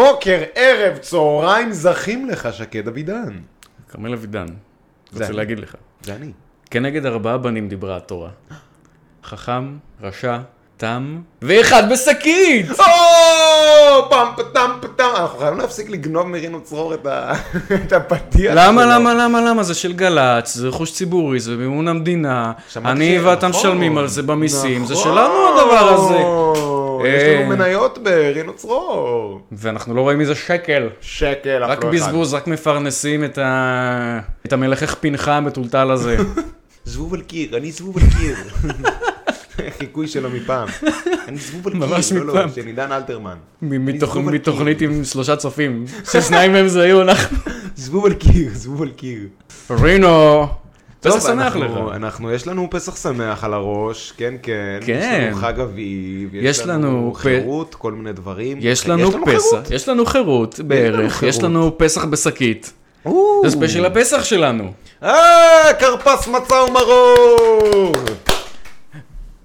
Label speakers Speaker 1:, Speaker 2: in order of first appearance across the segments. Speaker 1: בוקר, ערב, צהריים, זכים לך, שקד אבידן.
Speaker 2: כרמל אבידן,
Speaker 1: זה
Speaker 2: רוצה
Speaker 1: אני.
Speaker 2: להגיד לך.
Speaker 1: זה אני.
Speaker 2: כנגד ארבעה בנים דיברה התורה. חכם, רשע, תם, ואחד בשקית!
Speaker 1: או, פעם פתם פתם, אנחנו חייבים להפסיק לגנוב מרינו צרור את ה- את הפתיח.
Speaker 2: למה,
Speaker 1: שלו.
Speaker 2: למה, למה, למה? זה של גל"צ, זה רכוש ציבורי, זה במימון המדינה.
Speaker 1: שמעתי
Speaker 2: אני
Speaker 1: ש-
Speaker 2: ואתה
Speaker 1: נכון.
Speaker 2: משלמים על זה במיסים, זה
Speaker 1: נכון.
Speaker 2: שלנו הדבר הזה.
Speaker 1: יש
Speaker 2: אה.
Speaker 1: לנו מניות ברינו צרור.
Speaker 2: ואנחנו לא רואים מזה שקל.
Speaker 1: שקל, אף
Speaker 2: רק
Speaker 1: לא אחד.
Speaker 2: בזבוז, רק מפרנסים את, ה... את המלאכך פינחה המטולטל הזה.
Speaker 1: זבוב על קיר, אני זבוב על קיר. חיקוי שלו מפעם. אני זבוב על קיר,
Speaker 2: ממש
Speaker 1: לא, לא,
Speaker 2: מפעם.
Speaker 1: של עידן אלתרמן.
Speaker 2: מ-
Speaker 1: אני
Speaker 2: מתוך-
Speaker 1: זבוב על קיר.
Speaker 2: מתוכנית עם שלושה צופים, ששניים מהם זה היו אנחנו.
Speaker 1: זבוב על קיר, זבוב על קיר.
Speaker 2: רינו,
Speaker 1: טוב,
Speaker 2: פסח שמח לך.
Speaker 1: אנחנו- אנחנו, יש לנו פסח שמח על הראש, כן, כן.
Speaker 2: כן.
Speaker 1: יש לנו חג אביב,
Speaker 2: יש לנו פ-
Speaker 1: חירות, כל מיני דברים.
Speaker 2: יש לנו פסח,
Speaker 1: כן, חירות.
Speaker 2: יש לנו חירות בערך,
Speaker 1: חירות.
Speaker 2: יש לנו פסח בשקית.
Speaker 1: או.
Speaker 2: זה ספיישל הפסח שלנו.
Speaker 1: אה, כרפס מצה ומרור!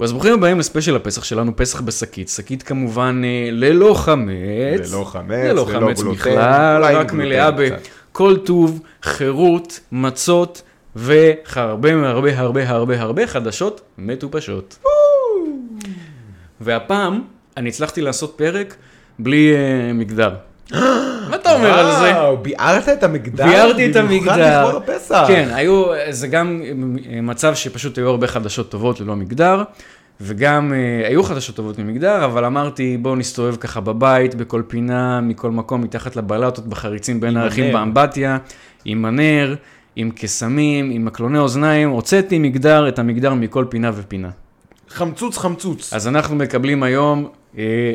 Speaker 2: אז ברוכים הבאים לספיישל הפסח שלנו, פסח בשקית. שקית כמובן אה, ללא חמץ.
Speaker 1: ללא חמץ,
Speaker 2: ללא
Speaker 1: ללא
Speaker 2: חמץ
Speaker 1: גלוטן,
Speaker 2: בכלל,
Speaker 1: אולי עם
Speaker 2: רק
Speaker 1: גלוטן
Speaker 2: מלאה
Speaker 1: קצת.
Speaker 2: בכל טוב, חירות, מצות והרבה הרבה הרבה הרבה הרבה חדשות מטופשות. והפעם אני הצלחתי לעשות פרק בלי אה, מגדר. מה אתה אומר על זה?
Speaker 1: וואו, ביערת את המגדל?
Speaker 2: ביארתי את
Speaker 1: במיוחד
Speaker 2: המגדר.
Speaker 1: לכבוד הפסח.
Speaker 2: כן, היו, זה גם אה, מצב שפשוט היו הרבה חדשות טובות ללא מגדר, וגם אה, היו חדשות טובות ממגדר, אבל אמרתי, בואו נסתובב ככה בבית, בכל פינה, מכל מקום, מתחת לבלטות, בחריצים בין
Speaker 1: עם
Speaker 2: הערכים
Speaker 1: הנר.
Speaker 2: באמבטיה, עם הנר, עם קסמים, עם מקלוני אוזניים, הוצאתי מגדר, את המגדר מכל פינה ופינה.
Speaker 1: חמצוץ חמצוץ.
Speaker 2: אז אנחנו מקבלים היום אה,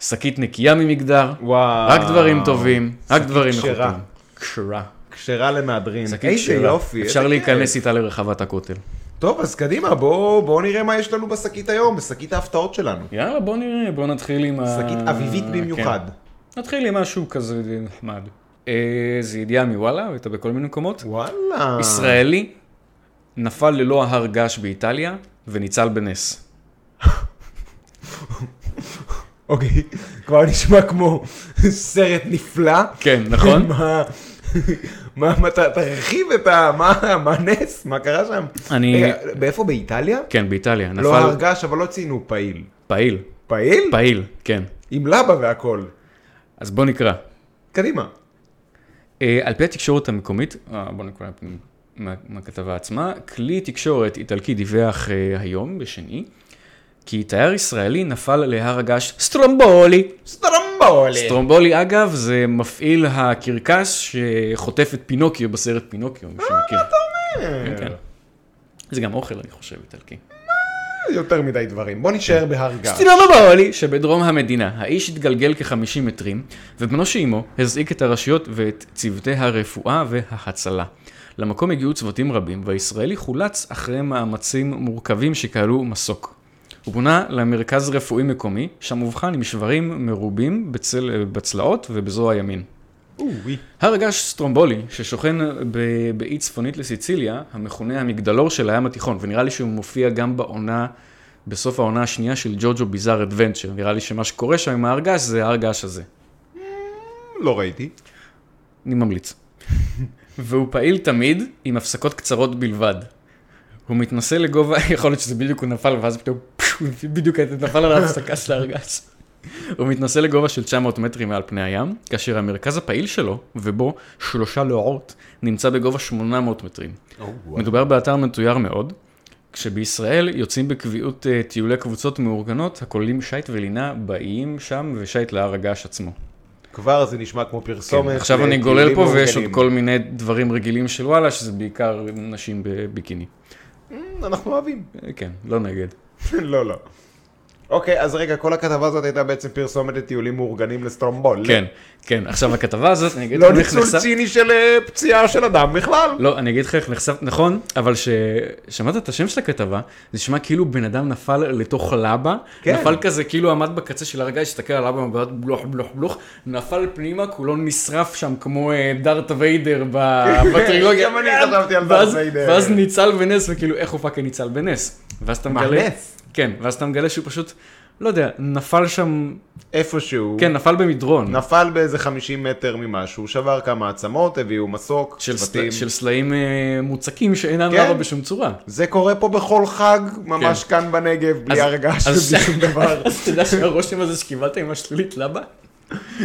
Speaker 2: שקית נקייה ממגדר,
Speaker 1: וואו.
Speaker 2: רק דברים טובים, רק דברים
Speaker 1: כשרה.
Speaker 2: איכותיים. כשרה.
Speaker 1: כשרה למהדרין.
Speaker 2: שקית
Speaker 1: אוקיי, איזה
Speaker 2: שאלה.
Speaker 1: יופי.
Speaker 2: אפשר
Speaker 1: איזה
Speaker 2: להיכנס איתה לרחבת הכותל.
Speaker 1: כיף. טוב, אז קדימה, בואו בואו נראה מה יש לנו בשקית היום, בשקית ההפתעות שלנו.
Speaker 2: יאללה, בוא נראה, בוא נתחיל עם ה...
Speaker 1: שקית אביבית במיוחד.
Speaker 2: כן. נתחיל עם משהו כזה נחמד. אה, זה ידיעה מוואלה, הייתה בכל מיני מקומות.
Speaker 1: אה. וואלה.
Speaker 2: ישראלי נפל ללא ההר געש באיטליה וניצל בנס.
Speaker 1: אוקיי, כבר נשמע כמו סרט נפלא.
Speaker 2: כן, נכון?
Speaker 1: מה, מה, מה, אתה תרחיב את ה... מה, מה נס? מה קרה שם?
Speaker 2: אני-
Speaker 1: רגע, באיפה? באיטליה?
Speaker 2: כן, באיטליה.
Speaker 1: אה, לא
Speaker 2: נפל
Speaker 1: הרגש, אבל לא ציינו פעיל.
Speaker 2: פעיל.
Speaker 1: פעיל?
Speaker 2: פעיל, כן.
Speaker 1: עם לבה והכל.
Speaker 2: אז בוא נקרא.
Speaker 1: קדימה.
Speaker 2: אה, על פי התקשורת המקומית, אה, בוא נקרא מה- מהכתבה עצמה, כלי תקשורת איטלקי דיווח אה, היום, בשני, כי תייר ישראלי נפל להר הגעש סטרומבולי.
Speaker 1: סטרמבולי.
Speaker 2: סטרומבולי, אגב, זה מפעיל הקרקס שחוטף את פינוקיו בסרט פינוקיו, מי שמכיר.
Speaker 1: אה,
Speaker 2: כן, כן. זה גם אוכל, אני חושב, איטלקי.
Speaker 1: יותר מדי דברים. בוא נישאר בהר געש.
Speaker 2: סטרומבולי שבדרום המדינה. האיש התגלגל כ-50 מטרים, ובנו שאימו הזעיק את הרשויות ואת צוותי הרפואה וההצלה. למקום הגיעו צוותים רבים, והישראלי חולץ אחרי מאמצים מורכבים שכללו מסוק. הוא פונה למרכז רפואי מקומי, שם אובחן עם שברים מרובים בצל... בצלעות ובזרוע ימין.
Speaker 1: אוי.
Speaker 2: הר געש סטרומבולי, ששוכן ב- באי צפונית לסיציליה, המכונה המגדלור של הים התיכון, ונראה לי שהוא מופיע גם בעונה, בסוף העונה השנייה של ג'וג'ו ביזאר אדוונצ'ר. נראה לי שמה שקורה שם עם ההר געש זה ההר געש הזה.
Speaker 1: לא ראיתי.
Speaker 2: אני ממליץ. והוא פעיל תמיד עם הפסקות קצרות בלבד. הוא מתנשא לגובה, יכול להיות שזה בדיוק הוא נפל ואז פתאום, פשו, בדיוק נפל על ההפסקה של הארגז. הוא מתנשא לגובה של 900 מטרים מעל פני הים, כאשר המרכז הפעיל שלו, ובו שלושה לועות, נמצא בגובה 800 מטרים. מדובר באתר מתויר מאוד, כשבישראל יוצאים בקביעות אה, טיולי קבוצות מאורגנות, הכוללים שיט ולינה באיים שם ושיט להר הגעש עצמו.
Speaker 1: כבר זה נשמע כמו פרסומת.
Speaker 2: כן, עכשיו אני
Speaker 1: לטיולים
Speaker 2: גולל פה ויש עוד
Speaker 1: מאורגנים.
Speaker 2: כל מיני דברים רגילים של וואלה, שזה בעיקר נשים בביקיני.
Speaker 1: מ, אנחנו אוהבים.
Speaker 2: אה, כן, לא נגד.
Speaker 1: לא, לא. אוקיי, אז רגע, כל הכתבה הזאת הייתה בעצם פרסומת לטיולים מאורגנים לסטרומבול.
Speaker 2: כן, כן. עכשיו הכתבה הזאת, אני אגיד
Speaker 1: לא
Speaker 2: לך איך
Speaker 1: ניצול
Speaker 2: נחשף...
Speaker 1: ציני של אה, פציעה של אדם בכלל.
Speaker 2: לא, אני אגיד לך איך נחשף, נכון, אבל כששמעת את השם של הכתבה, זה נשמע כאילו בן אדם נפל לתוך לבה,
Speaker 1: כן.
Speaker 2: נפל כזה, כאילו עמד בקצה של הרגע, הסתכל על לבה, מבט בלוך בלוך בלוך, נפל פנימה, כולו נשרף שם כמו אה, דארת ויידר ב- בטרילוגיה.
Speaker 1: גם אני חשבתי על דארת
Speaker 2: ואז-
Speaker 1: ויידר.
Speaker 2: ואז ניצל בנס, וכאילו, איך הוא פאקינג ניצל בנס? ואז אתה
Speaker 1: מה,
Speaker 2: מגלה...
Speaker 1: נס?
Speaker 2: כן, ואז אתה מגלה שהוא פשוט לא יודע, נפל שם,
Speaker 1: איפשהו,
Speaker 2: כן, נפל במדרון.
Speaker 1: נפל באיזה 50 מטר ממשהו, שבר כמה עצמות, הביאו מסוק,
Speaker 2: של, סל...
Speaker 1: צוותים.
Speaker 2: של סלעים אה, מוצקים שאינם
Speaker 1: כן.
Speaker 2: לבה בשום צורה.
Speaker 1: זה קורה פה בכל חג, ממש
Speaker 2: כן.
Speaker 1: כאן בנגב, בלי הרגעה של
Speaker 2: אז-
Speaker 1: בלי שום דבר.
Speaker 2: אז אתה יודע שהרושם הזה שקיבלת עם השלולית לבה?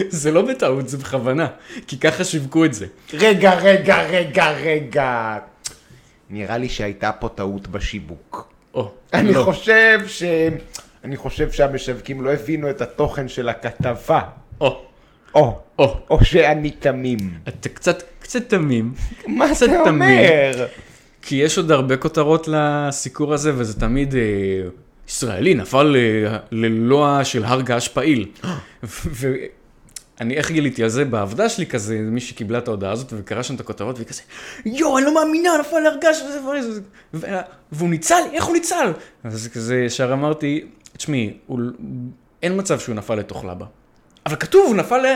Speaker 2: זה לא בטעות, זה בכוונה. כי ככה שיווקו את זה.
Speaker 1: רגע, רגע, רגע, רגע. נראה לי שהייתה פה טעות בשיווק.
Speaker 2: או,
Speaker 1: אני
Speaker 2: לא.
Speaker 1: חושב ש... אני חושב שהמשווקים לא הבינו את התוכן של הכתבה.
Speaker 2: או,
Speaker 1: או,
Speaker 2: או.
Speaker 1: או שאני תמים.
Speaker 2: אתה קצת, קצת תמים,
Speaker 1: מה
Speaker 2: קצת
Speaker 1: זה אומר?
Speaker 2: כי יש עוד הרבה כותרות לסיקור הזה, וזה תמיד... אה, ישראלי נפל אה, ללוע של הר געש פעיל.
Speaker 1: אה.
Speaker 2: ואני איך גיליתי על זה? בעבודה שלי כזה, מי שקיבלה את ההודעה הזאת וקרא שם את הכותרות, והיא כזה, יואו, אני לא מאמינה, נפל הר געש וזה וזה וזה." וה- והוא ניצל, איך הוא ניצל? אז כזה ישר אמרתי, תשמעי, הוא ל- אין מצב שהוא נפל לתוך לבה. אבל כתוב, הוא נפל ל...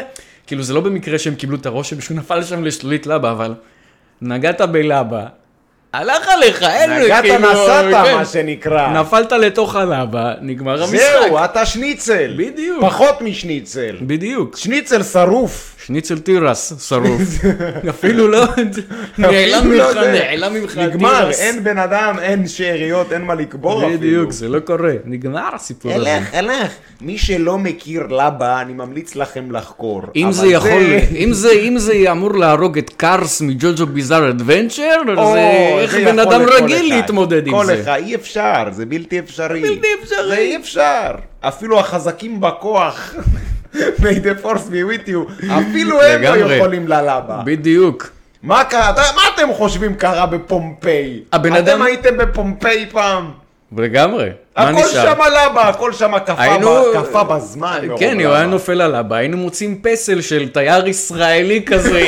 Speaker 2: כאילו, זה לא במקרה שהם קיבלו את הרושם שהוא נפל שם לשלולית לבה, אבל נגעת בלבה, הלך עליך, אין לו,
Speaker 1: נגעת נסעת,
Speaker 2: כן.
Speaker 1: מה שנקרא.
Speaker 2: נפלת לתוך הלבה, נגמר המשחק.
Speaker 1: זהו, אה. אתה שניצל.
Speaker 2: בדיוק.
Speaker 1: פחות משניצל.
Speaker 2: בדיוק.
Speaker 1: שניצל שרוף.
Speaker 2: שניצל תירס שרוף. אפילו לא... נעלם
Speaker 1: אפילו לא
Speaker 2: ממך,
Speaker 1: זה.
Speaker 2: נעלם ממך.
Speaker 1: נגמר,
Speaker 2: התירס.
Speaker 1: אין בן אדם, אין שאריות, אין מה לקבור אפילו.
Speaker 2: בדיוק, זה לא קורה. נגמר הסיפור הזה.
Speaker 1: הלך, הלך. מי שלא מכיר לבה, אני ממליץ לכם לחקור.
Speaker 2: אם
Speaker 1: אבל
Speaker 2: זה יכול, אם זה, אם זה אמור להרוג את קארס מג'וג'ו ביזאר אדוונצ'ר,
Speaker 1: או,
Speaker 2: זה איך
Speaker 1: זה
Speaker 2: בן
Speaker 1: יכול
Speaker 2: אדם
Speaker 1: לכל
Speaker 2: רגיל
Speaker 1: אחד.
Speaker 2: להתמודד עם
Speaker 1: כל
Speaker 2: זה.
Speaker 1: אחד, אי אפשר, זה בלתי אפשרי.
Speaker 2: בלתי אפשרי.
Speaker 1: זה אי אפשר. אפילו החזקים בכוח, may the force be with you, אפילו הם לא
Speaker 2: לגמרי.
Speaker 1: יכולים ללבה.
Speaker 2: בדיוק.
Speaker 1: מה קרה, אתה- מה אתם חושבים קרה בפומפיי?
Speaker 2: הבן
Speaker 1: אתם
Speaker 2: אדם-
Speaker 1: הייתם בפומפיי פעם?
Speaker 2: לגמרי. מה
Speaker 1: הכל
Speaker 2: נשאר?
Speaker 1: שם לבה, הכל שם קפא
Speaker 2: היינו-
Speaker 1: ב- קפא בזמן. מרוב
Speaker 2: כן, הוא
Speaker 1: לבה.
Speaker 2: היה נופל על אבא, היינו מוצאים פסל של תייר ישראלי כזה.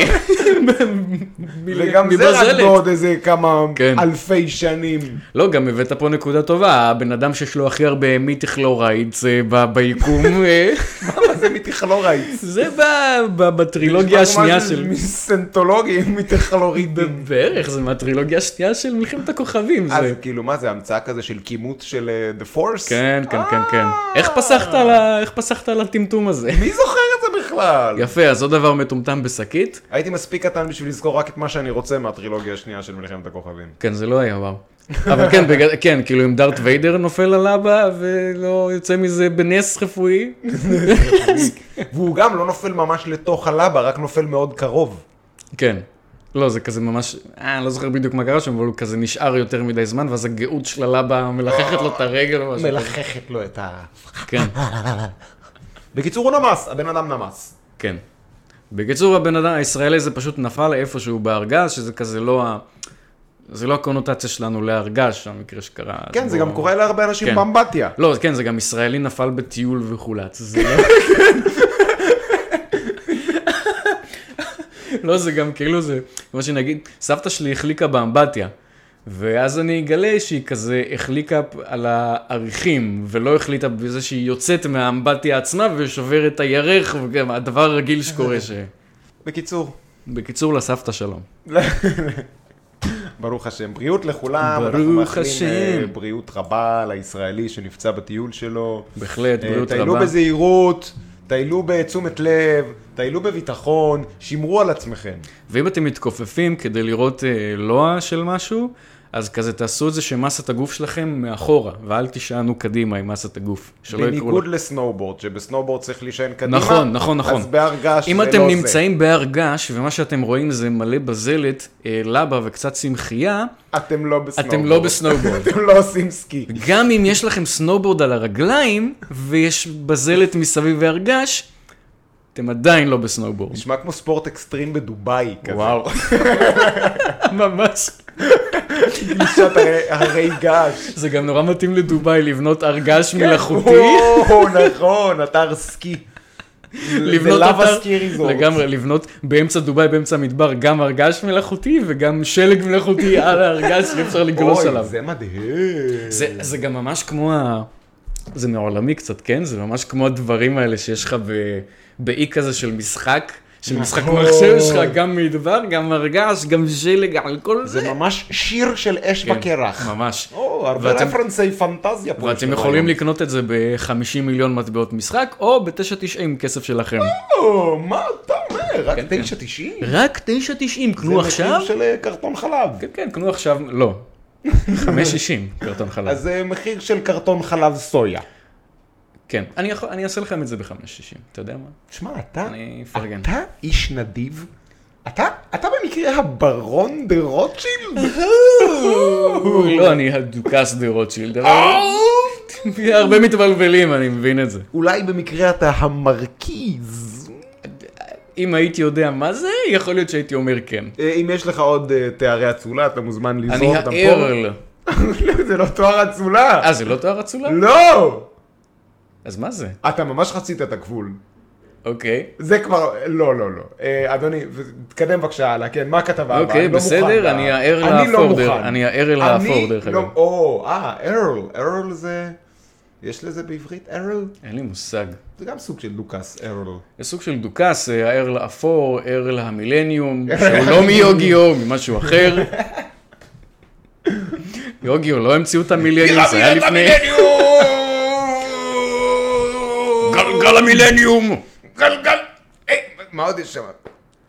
Speaker 1: וגם זה רק
Speaker 2: מבזלת.
Speaker 1: בעוד איזה כמה
Speaker 2: כן.
Speaker 1: אלפי שנים.
Speaker 2: לא, גם הבאת פה נקודה טובה, הבן אדם שיש לו הכי הרבה מיתכלוריידס אה, ב- ביקום, אה,
Speaker 1: מה זה לא מטכלורייט?
Speaker 2: זה ב- ב- בטרילוגיה השנייה של...
Speaker 1: מסנטולוגים, מטכלורידים.
Speaker 2: בערך, זה מהטרילוגיה השנייה של מלחמת הכוכבים.
Speaker 1: אז
Speaker 2: זה.
Speaker 1: כאילו, מה זה, המצאה כזה של כימות של אה, The Force?
Speaker 2: כן, כן, כן, כן.
Speaker 1: אה.
Speaker 2: איך פסחת על ה- איך פסחת על הטמטום הזה?
Speaker 1: מי זוכר את זה בכלל?
Speaker 2: יפה, אז עוד דבר מטומטם בשקית?
Speaker 1: הייתי מספיק קטן בשביל לזכור רק את מה שאני רוצה מהטרילוגיה השנייה של מלחמת הכוכבים.
Speaker 2: כן, זה לא היה וואו. אבל כן, בגלל, כן, כאילו אם דארט ויידר נופל על אבא ולא יוצא מזה בנס רפואי,
Speaker 1: והוא גם לא נופל ממש לתוך הלבה, רק נופל מאוד קרוב. כן.
Speaker 2: כן. לא, זה כזה ממש, אה, אני לא זוכר בדיוק מה קרה שם, אבל הוא כזה נשאר יותר מדי זמן, ואז הגאות של הלבה מלחכת לו את הרגל או משהו. כזה.
Speaker 1: מלחכת לו את ה...
Speaker 2: כן,
Speaker 1: בקיצור, הוא נמס, הבן אדם נמס.
Speaker 2: כן. בקיצור, הבן אדם הישראלי הזה פשוט נפל איפשהו בהרגש, שזה כזה לא ה... זה לא הקונוטציה שלנו להרגש, המקרה שקרה. אז
Speaker 1: כן, זה
Speaker 2: בוא-
Speaker 1: גם קורה להרבה אנשים
Speaker 2: כן.
Speaker 1: באמבטיה.
Speaker 2: לא, כן, זה גם ישראלי נפל בטיול וחולץ. זה לא... לא, זה גם כאילו זה, כמו שנגיד, סבתא שלי החליקה באמבטיה. ואז אני אגלה שהיא כזה החליקה פ- על העריכים, ולא החליטה בזה שהיא יוצאת מהאמבטיה עצמה ושוברת את הירך, וגם הדבר הרגיל שקורה ש...
Speaker 1: בקיצור,
Speaker 2: בקיצור, לסבתא שלום.
Speaker 1: ברוך השם, בריאות לכולם.
Speaker 2: ברוך
Speaker 1: אנחנו מאחלים,
Speaker 2: השם.
Speaker 1: אה, בריאות רבה לישראלי שנפצע בטיול שלו.
Speaker 2: בהחלט,
Speaker 1: אה,
Speaker 2: בריאות
Speaker 1: טיילו
Speaker 2: רבה.
Speaker 1: בזהירות, טיילו בתשומת לב, טיילו בביטחון, שמרו על עצמכם.
Speaker 2: ואם אתם מתכופפים כדי לראות אה, לוע של משהו, אז כזה תעשו את זה שמסת הגוף שלכם מאחורה, ואל תישענו קדימה עם מסת הגוף. שלא יקרו
Speaker 1: בניגוד
Speaker 2: לך.
Speaker 1: לסנואובורד, שבסנואובורד צריך להישען קדימה.
Speaker 2: נכון, נכון, נכון.
Speaker 1: אז בהר געש
Speaker 2: אם
Speaker 1: זה
Speaker 2: אתם
Speaker 1: לא
Speaker 2: נמצאים בהר געש, ומה שאתם רואים זה מלא בזלת, אה, לבה וקצת צמחייה,
Speaker 1: זה. אתם לא בסנואובורד.
Speaker 2: אתם לא בסנואובורד.
Speaker 1: אתם לא עושים סקי.
Speaker 2: גם אם יש לכם סנובורד על הרגליים, ויש בזלת מסביב בהר געש, אתם עדיין לא בסנובורד.
Speaker 1: נשמע כמו ספורט אקסטרים בדובאי כזה.
Speaker 2: וואו. ממש.
Speaker 1: גישת הרי- הרי געש.
Speaker 2: זה גם נורא מתאים לדובאי לבנות הר געש
Speaker 1: כן,
Speaker 2: מלאכותי.
Speaker 1: או, נכון, אתר סקי.
Speaker 2: לבנות
Speaker 1: זה
Speaker 2: אתר-
Speaker 1: lava ski resort.
Speaker 2: לגמרי, לבנות באמצע דובאי, באמצע המדבר, גם הר געש מלאכותי וגם שלג מלאכותי על הר געש שאפשר לגלוש
Speaker 1: אוי,
Speaker 2: עליו.
Speaker 1: זה מדהים.
Speaker 2: זה- זה גם ממש כמו ה... זה מעולמי קצת, כן? זה ממש כמו הדברים האלה שיש לך ב- באי כזה של משחק. של משחק
Speaker 1: נכון.
Speaker 2: מחשב שלך, גם מדבר, גם ארגש, גם שלג, על כל זה.
Speaker 1: זה ממש שיר של אש
Speaker 2: כן,
Speaker 1: בקרח.
Speaker 2: ממש.
Speaker 1: או, הרבה
Speaker 2: ואתם-
Speaker 1: רפרנסי פנטזיה פה. יש
Speaker 2: ואתם
Speaker 1: לנו
Speaker 2: יכולים
Speaker 1: היום.
Speaker 2: לקנות את זה ב-50 מיליון מטבעות משחק, או ב-9.90 עם כסף שלכם.
Speaker 1: או, מה אתה אומר? רק
Speaker 2: כן, כן.
Speaker 1: 9.90?
Speaker 2: רק 9.90, קנו
Speaker 1: זה
Speaker 2: עכשיו?
Speaker 1: מחיר של אה, קרטון חלב.
Speaker 2: כן, כן, קנו עכשיו, לא. 5.60 קרטון חלב.
Speaker 1: אז זה מחיר של קרטון חלב סויה.
Speaker 2: כן. אני יכול- אני אעשה לכם את זה ב-5.60, אתה יודע מה?
Speaker 1: שמע, אתה,
Speaker 2: אני אפרגן.
Speaker 1: אתה איש נדיב. אתה, אתה במקרה הברון דה רוטשילד?
Speaker 2: לא, אני הדוכס דה רוטשילד, אבל
Speaker 1: אה!
Speaker 2: הרבה מתבלבלים, אני מבין את זה.
Speaker 1: אולי במקרה אתה המרכיז.
Speaker 2: אם הייתי יודע מה זה, יכול להיות שהייתי אומר כן.
Speaker 1: אה, אם יש לך עוד אה, תארי אצולה, אתה מוזמן
Speaker 2: אני
Speaker 1: לזרוק אותם פה.
Speaker 2: הארל.
Speaker 1: לא, זה לא תואר אצולה.
Speaker 2: אה, זה לא תואר אצולה?
Speaker 1: לא!
Speaker 2: אז מה זה?
Speaker 1: אתה ממש חצית את הגבול.
Speaker 2: אוקיי.
Speaker 1: זה כבר, לא, לא, לא. אה, אדוני, ו- תקדם בבקשה הלאה, כן, מה הכתבה הבאה?
Speaker 2: אוקיי,
Speaker 1: אני לא מוכן
Speaker 2: בסדר,
Speaker 1: לה-
Speaker 2: אני הארל
Speaker 1: אני לא
Speaker 2: האפור, דרך-
Speaker 1: מוכן.
Speaker 2: אני הארל האפור, דרך
Speaker 1: אני לא-
Speaker 2: אגב.
Speaker 1: או, אה, ארל, ארל זה... יש לזה בעברית ארל?
Speaker 2: אין לי מושג.
Speaker 1: זה גם סוג של לוקאס, ארל.
Speaker 2: זה סוג של דוכס, אה, הארל האפור, ארל המילניום, שהוא לא מיוגיו, ממשהו אחר. יוגיו לא המציאו את המילניום, זה היה לפני... גלגל המילניום!
Speaker 1: גלגל! היי, מה עוד יש שם?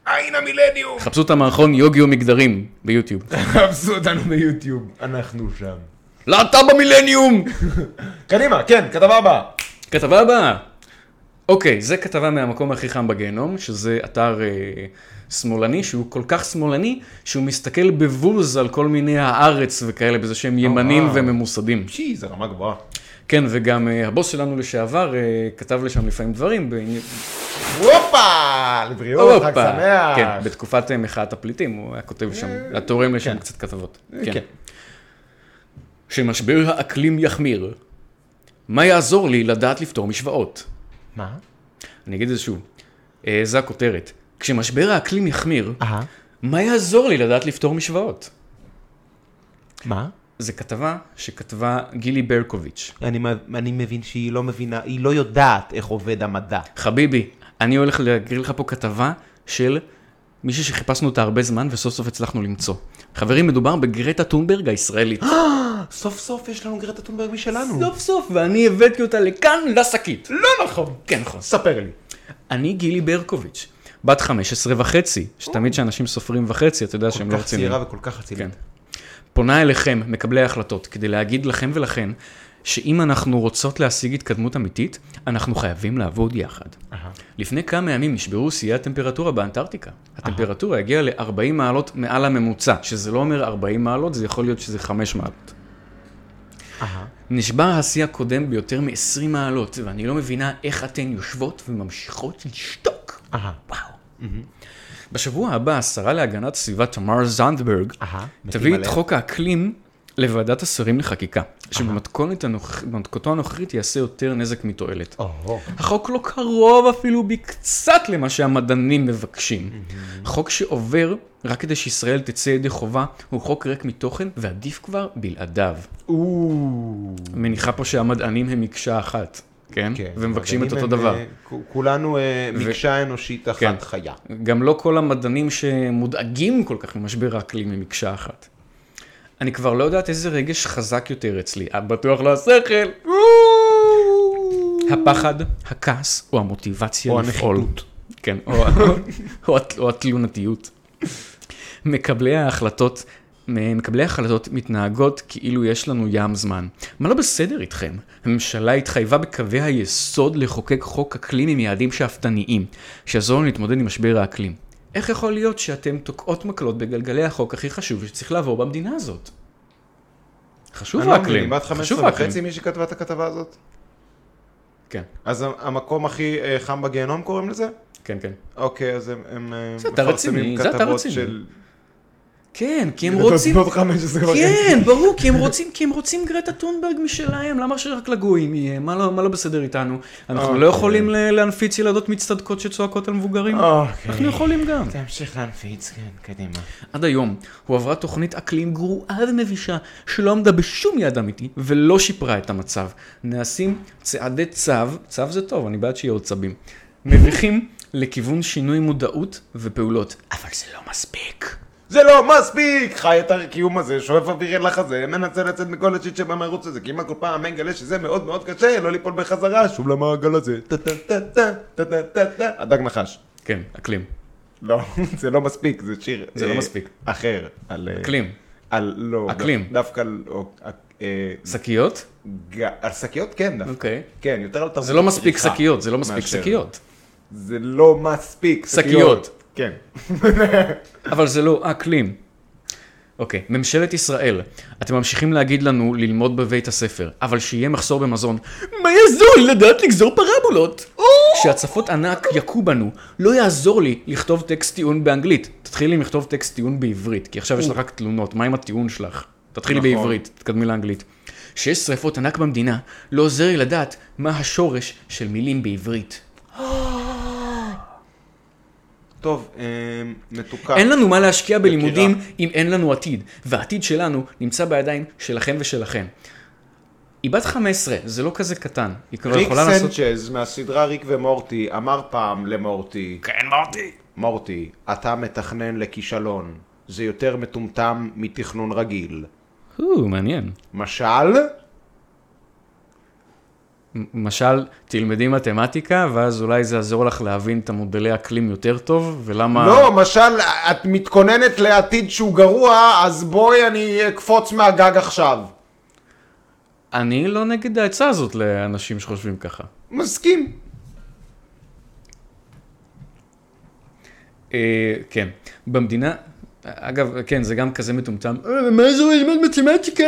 Speaker 1: עין המילניום!
Speaker 2: חפשו את המערכון יוגיו מגדרים ביוטיוב.
Speaker 1: חפשו אותנו ביוטיוב, אנחנו שם.
Speaker 2: להט"ב המילניום!
Speaker 1: קדימה, כן, כתבה הבאה.
Speaker 2: כתבה הבאה. אוקיי, זה כתבה מהמקום הכי חם בגיהנום, שזה אתר אה, שמאלני, שהוא כל כך שמאלני, שהוא מסתכל בבוז על כל מיני הארץ וכאלה, בזה שהם ימנים
Speaker 1: אה.
Speaker 2: וממוסדים.
Speaker 1: שי, זה רמה גבוהה.
Speaker 2: כן, וגם אה, הבוס שלנו לשעבר אה, כתב לשם לפעמים דברים, בעניין-
Speaker 1: הופה! לבריאות, חג
Speaker 2: הופה.
Speaker 1: שמח! אה,
Speaker 2: כן, בתקופת אה, מחאת הפליטים, הוא היה כותב שם, היה תורם לשם קצת כתבות. כן.
Speaker 1: כן.
Speaker 2: שמשבר האקלים יחמיר, מה יעזור לי לדעת לפתור משוואות?
Speaker 1: מה?
Speaker 2: אני אגיד את זה שוב, אה, זה הכותרת. כשמשבר האקלים יחמיר,
Speaker 1: אהה.
Speaker 2: מה יעזור לי לדעת לפתור משוואות?
Speaker 1: מה?
Speaker 2: זו כתבה שכתבה גילי ברקוביץ'.
Speaker 1: אני, מב- אני מבין שהיא לא מבינה, היא לא יודעת איך עובד המדע.
Speaker 2: חביבי, אני הולך להקריא לך פה כתבה של מישהי שחיפשנו אותה הרבה זמן וסוף סוף הצלחנו למצוא. חברים, מדובר בגרטה טונברג הישראלית.
Speaker 1: אה, סוף סוף יש לנו גרטה טונברג משלנו.
Speaker 2: סוף סוף, ואני הבאתי אותה לכאן לשקית.
Speaker 1: לא נכון.
Speaker 2: כן, נכון.
Speaker 1: ספר לי.
Speaker 2: אני גילי ברקוביץ', בת 15 וחצי, שתמיד כשאנשים סופרים וחצי, אתה יודע שהם לא
Speaker 1: כל כך
Speaker 2: רציניים.
Speaker 1: צעירה וכל כך אצילית.
Speaker 2: פונה אליכם, מקבלי ההחלטות, כדי להגיד לכם ולכן, שאם אנחנו רוצות להשיג התקדמות אמיתית, אנחנו חייבים לעבוד יחד.
Speaker 1: אהה.
Speaker 2: לפני כמה ימים נשברו שיאי הטמפרטורה באנטארקטיקה. הטמפרטורה הגיעה ל-40 מעלות מעל הממוצע, שזה לא אומר 40 מעלות, זה יכול להיות שזה 5 מעלות.
Speaker 1: אהה.
Speaker 2: נשבר השיא הקודם ביותר מ-20 מעלות, ואני לא מבינה איך אתן יושבות וממשיכות לשתוק.
Speaker 1: אהה.
Speaker 2: וואו. בשבוע הבא, השרה להגנת סביבה תמר זנדברג,
Speaker 1: אהה. מתים
Speaker 2: תביא את
Speaker 1: עליה.
Speaker 2: חוק האקלים לוועדת השרים לחקיקה, שבמתכונת הנוכ- במתכונתו הנוכחית יעשה יותר נזק מתועלת.
Speaker 1: או-הו.
Speaker 2: החוק לא קרוב אפילו בקצת למה שהמדענים מבקשים. החוק שעובר רק כדי שישראל תצא ידי חובה הוא חוק ריק מתוכן ועדיף כבר בלעדיו.
Speaker 1: או.
Speaker 2: מניחה פה שהמדענים הם מקשה אחת, כן?
Speaker 1: כן,
Speaker 2: ומבקשים את
Speaker 1: מדענים
Speaker 2: אותו
Speaker 1: הם,
Speaker 2: דבר.
Speaker 1: אה, כ- כולנו אה,
Speaker 2: ו-
Speaker 1: מקשה אנושית
Speaker 2: כן.
Speaker 1: אחת חיה.
Speaker 2: גם לא כל המדענים שמודאגים כל כך ממשבר האקלים הם מקשה אחת. אני כבר לא יודעת איזה רגש חזק יותר אצלי, בטוח לא השכל. הפחד, הכעס או המוטיבציה
Speaker 1: או
Speaker 2: לפעול.
Speaker 1: הנחיתות.
Speaker 2: כן, או, או, הת- או התלונתיות. מקבלי ההחלטות, מקבלי ההחלטות מתנהגות כאילו יש לנו ים זמן. מה לא בסדר איתכם? הממשלה התחייבה בקווי היסוד לחוקק חוק אקלים עם יעדים שאפתניים, שיעזור לנו להתמודד עם משבר האקלים. איך יכול להיות שאתם תוקעות מקלות בגלגלי החוק הכי חשוב שצריך לעבור במדינה הזאת? חשוב
Speaker 1: אני לא מבין,
Speaker 2: האקלים,
Speaker 1: היא בת
Speaker 2: חשוב
Speaker 1: 15
Speaker 2: האקלים.
Speaker 1: וחצי מי שכתבה את הכתבה הזאת?
Speaker 2: כן,
Speaker 1: אז המ- המקום הכי אה, חם בגיהנום קוראים לזה?
Speaker 2: כן, כן.
Speaker 1: אוקיי, אז הם- הם אה,
Speaker 2: זה אתר רציני, זה אתר
Speaker 1: כתבות
Speaker 2: רציני.
Speaker 1: של...
Speaker 2: כן, כי הם רוצים...
Speaker 1: בנות 15
Speaker 2: כן, ברור, כי הם רוצים, כי הם רוצים גרטה טונברג משלהם, למה שרק לגויים יהיה? מה לא, מה לא בסדר איתנו? אנחנו לא
Speaker 1: אוקיי.
Speaker 2: יכולים ל- להנפיץ ילדות מצטדקות שצועקות על מבוגרים? אנחנו
Speaker 1: אוקיי.
Speaker 2: יכולים גם.
Speaker 1: תמשיך להנפיץ, כן, קדימה.
Speaker 2: עד היום הועברה תוכנית אקלים גרועה ומבישה שלא עמדה בשום יעד אמיתי ולא שיפרה את המצב. נעשים צעדי צו, צו זה טוב, אני בעד שיהיו עוד צבים. מביכים לכיוון שינוי מודעות ופעולות. אבל זה לא מספיק.
Speaker 1: זה לא מספיק! חי את הקיום הזה, שואף אוויר אל החזה, מנסה לצאת מכל השיט שבא מהערוץ הזה, כי אם כל פעם מגלה שזה מאוד מאוד קשה, לא ליפול בחזרה שוב למעגל הזה. טה טה טה טה טה טה טה טה. הדג נחש.
Speaker 2: כן, אקלים.
Speaker 1: לא, זה לא מספיק, זה שיר.
Speaker 2: זה לא
Speaker 1: אה,
Speaker 2: מספיק.
Speaker 1: אחר. על... אה,
Speaker 2: אקלים.
Speaker 1: על... לא.
Speaker 2: אקלים.
Speaker 1: דו- דווקא על... או- אה,
Speaker 2: שקיות?
Speaker 1: ג- על שקיות כן דווקא.
Speaker 2: אוקיי.
Speaker 1: כן, יותר על תרבות
Speaker 2: זה לא מספיק
Speaker 1: צריכה
Speaker 2: שקיות, זה לא מספיק
Speaker 1: מאשר-
Speaker 2: שקיות.
Speaker 1: זה לא מספיק
Speaker 2: שקיות.
Speaker 1: כן.
Speaker 2: אבל זה לא אקלים. אוקיי, ממשלת ישראל, אתם ממשיכים להגיד לנו ללמוד בבית הספר, אבל שיהיה מחסור במזון. מה יעזור לי לדעת לגזור פרבולות? כשהצפות ענק יכו בנו, לא יעזור לי לכתוב טקסט טיעון באנגלית. תתחילי עם לכתוב טקסט טיעון בעברית, כי עכשיו יש לך רק תלונות, מה עם הטיעון שלך? תתחילי
Speaker 1: נכון.
Speaker 2: בעברית, תתקדמי לאנגלית. כשיש שרפות ענק במדינה, לא עוזר לי לדעת מה השורש של מילים בעברית.
Speaker 1: טוב, אה, מתוקה.
Speaker 2: אין לנו מה להשקיע בלימודים אם אין לנו עתיד, והעתיד שלנו נמצא בידיים שלכם ושלכם. היא בת 15, זה לא כזה קטן, היא כבר
Speaker 1: ריק
Speaker 2: יכולה לעשות...
Speaker 1: סנצ'ז מהסדרה ריק ומורטי אמר פעם למורטי,
Speaker 2: כן, מורטי.
Speaker 1: מורטי, אתה מתכנן לכישלון, זה יותר מטומטם מתכנון רגיל.
Speaker 2: או, מעניין.
Speaker 1: משל?
Speaker 2: מ- משל, תלמדי מתמטיקה, ואז אולי זה יעזור לך להבין את המודלי האקלים יותר טוב, ולמה...
Speaker 1: לא, משל, את מתכוננת לעתיד שהוא גרוע, אז בואי אני אקפוץ מהגג עכשיו.
Speaker 2: אני לא נגד העצה הזאת לאנשים שחושבים ככה.
Speaker 1: מסכים.
Speaker 2: אה, כן. במדינה... אגב, כן, זה גם כזה מטומטם. אה, מה זה ללמוד מתמטיקה?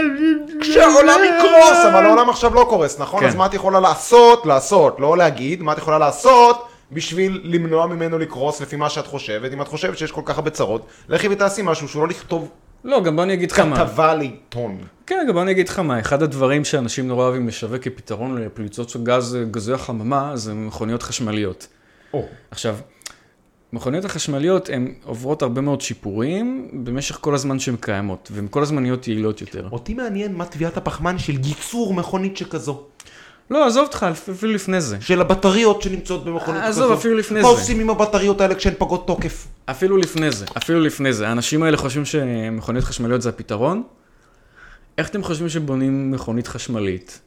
Speaker 1: כשהעולם יקרוס, אבל העולם עכשיו לא קורס, נכון?
Speaker 2: כן.
Speaker 1: אז מה את יכולה לעשות? לעשות, לא להגיד, מה את יכולה לעשות בשביל למנוע ממנו לקרוס לפי מה שאת חושבת? אם את חושבת שיש כל כך הרבה צרות, לכי ותעשי משהו שהוא לא לכתוב
Speaker 2: לא, גם בוא אני אגיד לך מה.
Speaker 1: כתבה לעיתון.
Speaker 2: כן, גם אני אגיד לך מה, אחד הדברים שאנשים נורא אוהבים לשווק כפתרון לפליטות של גז, גזי החממה, זה מכוניות חשמליות.
Speaker 1: או,
Speaker 2: עכשיו, מכוניות החשמליות הן עוברות הרבה מאוד שיפורים במשך כל הזמן שהן קיימות, והן כל הזמן נהיות יעילות יותר.
Speaker 1: אותי מעניין מה טביעת הפחמן של ייצור מכונית שכזו,
Speaker 2: לא, עזוב אותך, אפילו לפני זה.
Speaker 1: של הבטריות שנמצאות במכונית
Speaker 2: עזוב, אפילו לפני
Speaker 1: מה
Speaker 2: זה.
Speaker 1: עושים עם הבטריות האלה כשהן פגות תוקף?
Speaker 2: אפילו לפני זה, אפילו לפני זה. האנשים האלה חושבים שמכוניות חשמליות זה הפתרון? איך אתם חושבים שבונים מכונית חשמלית?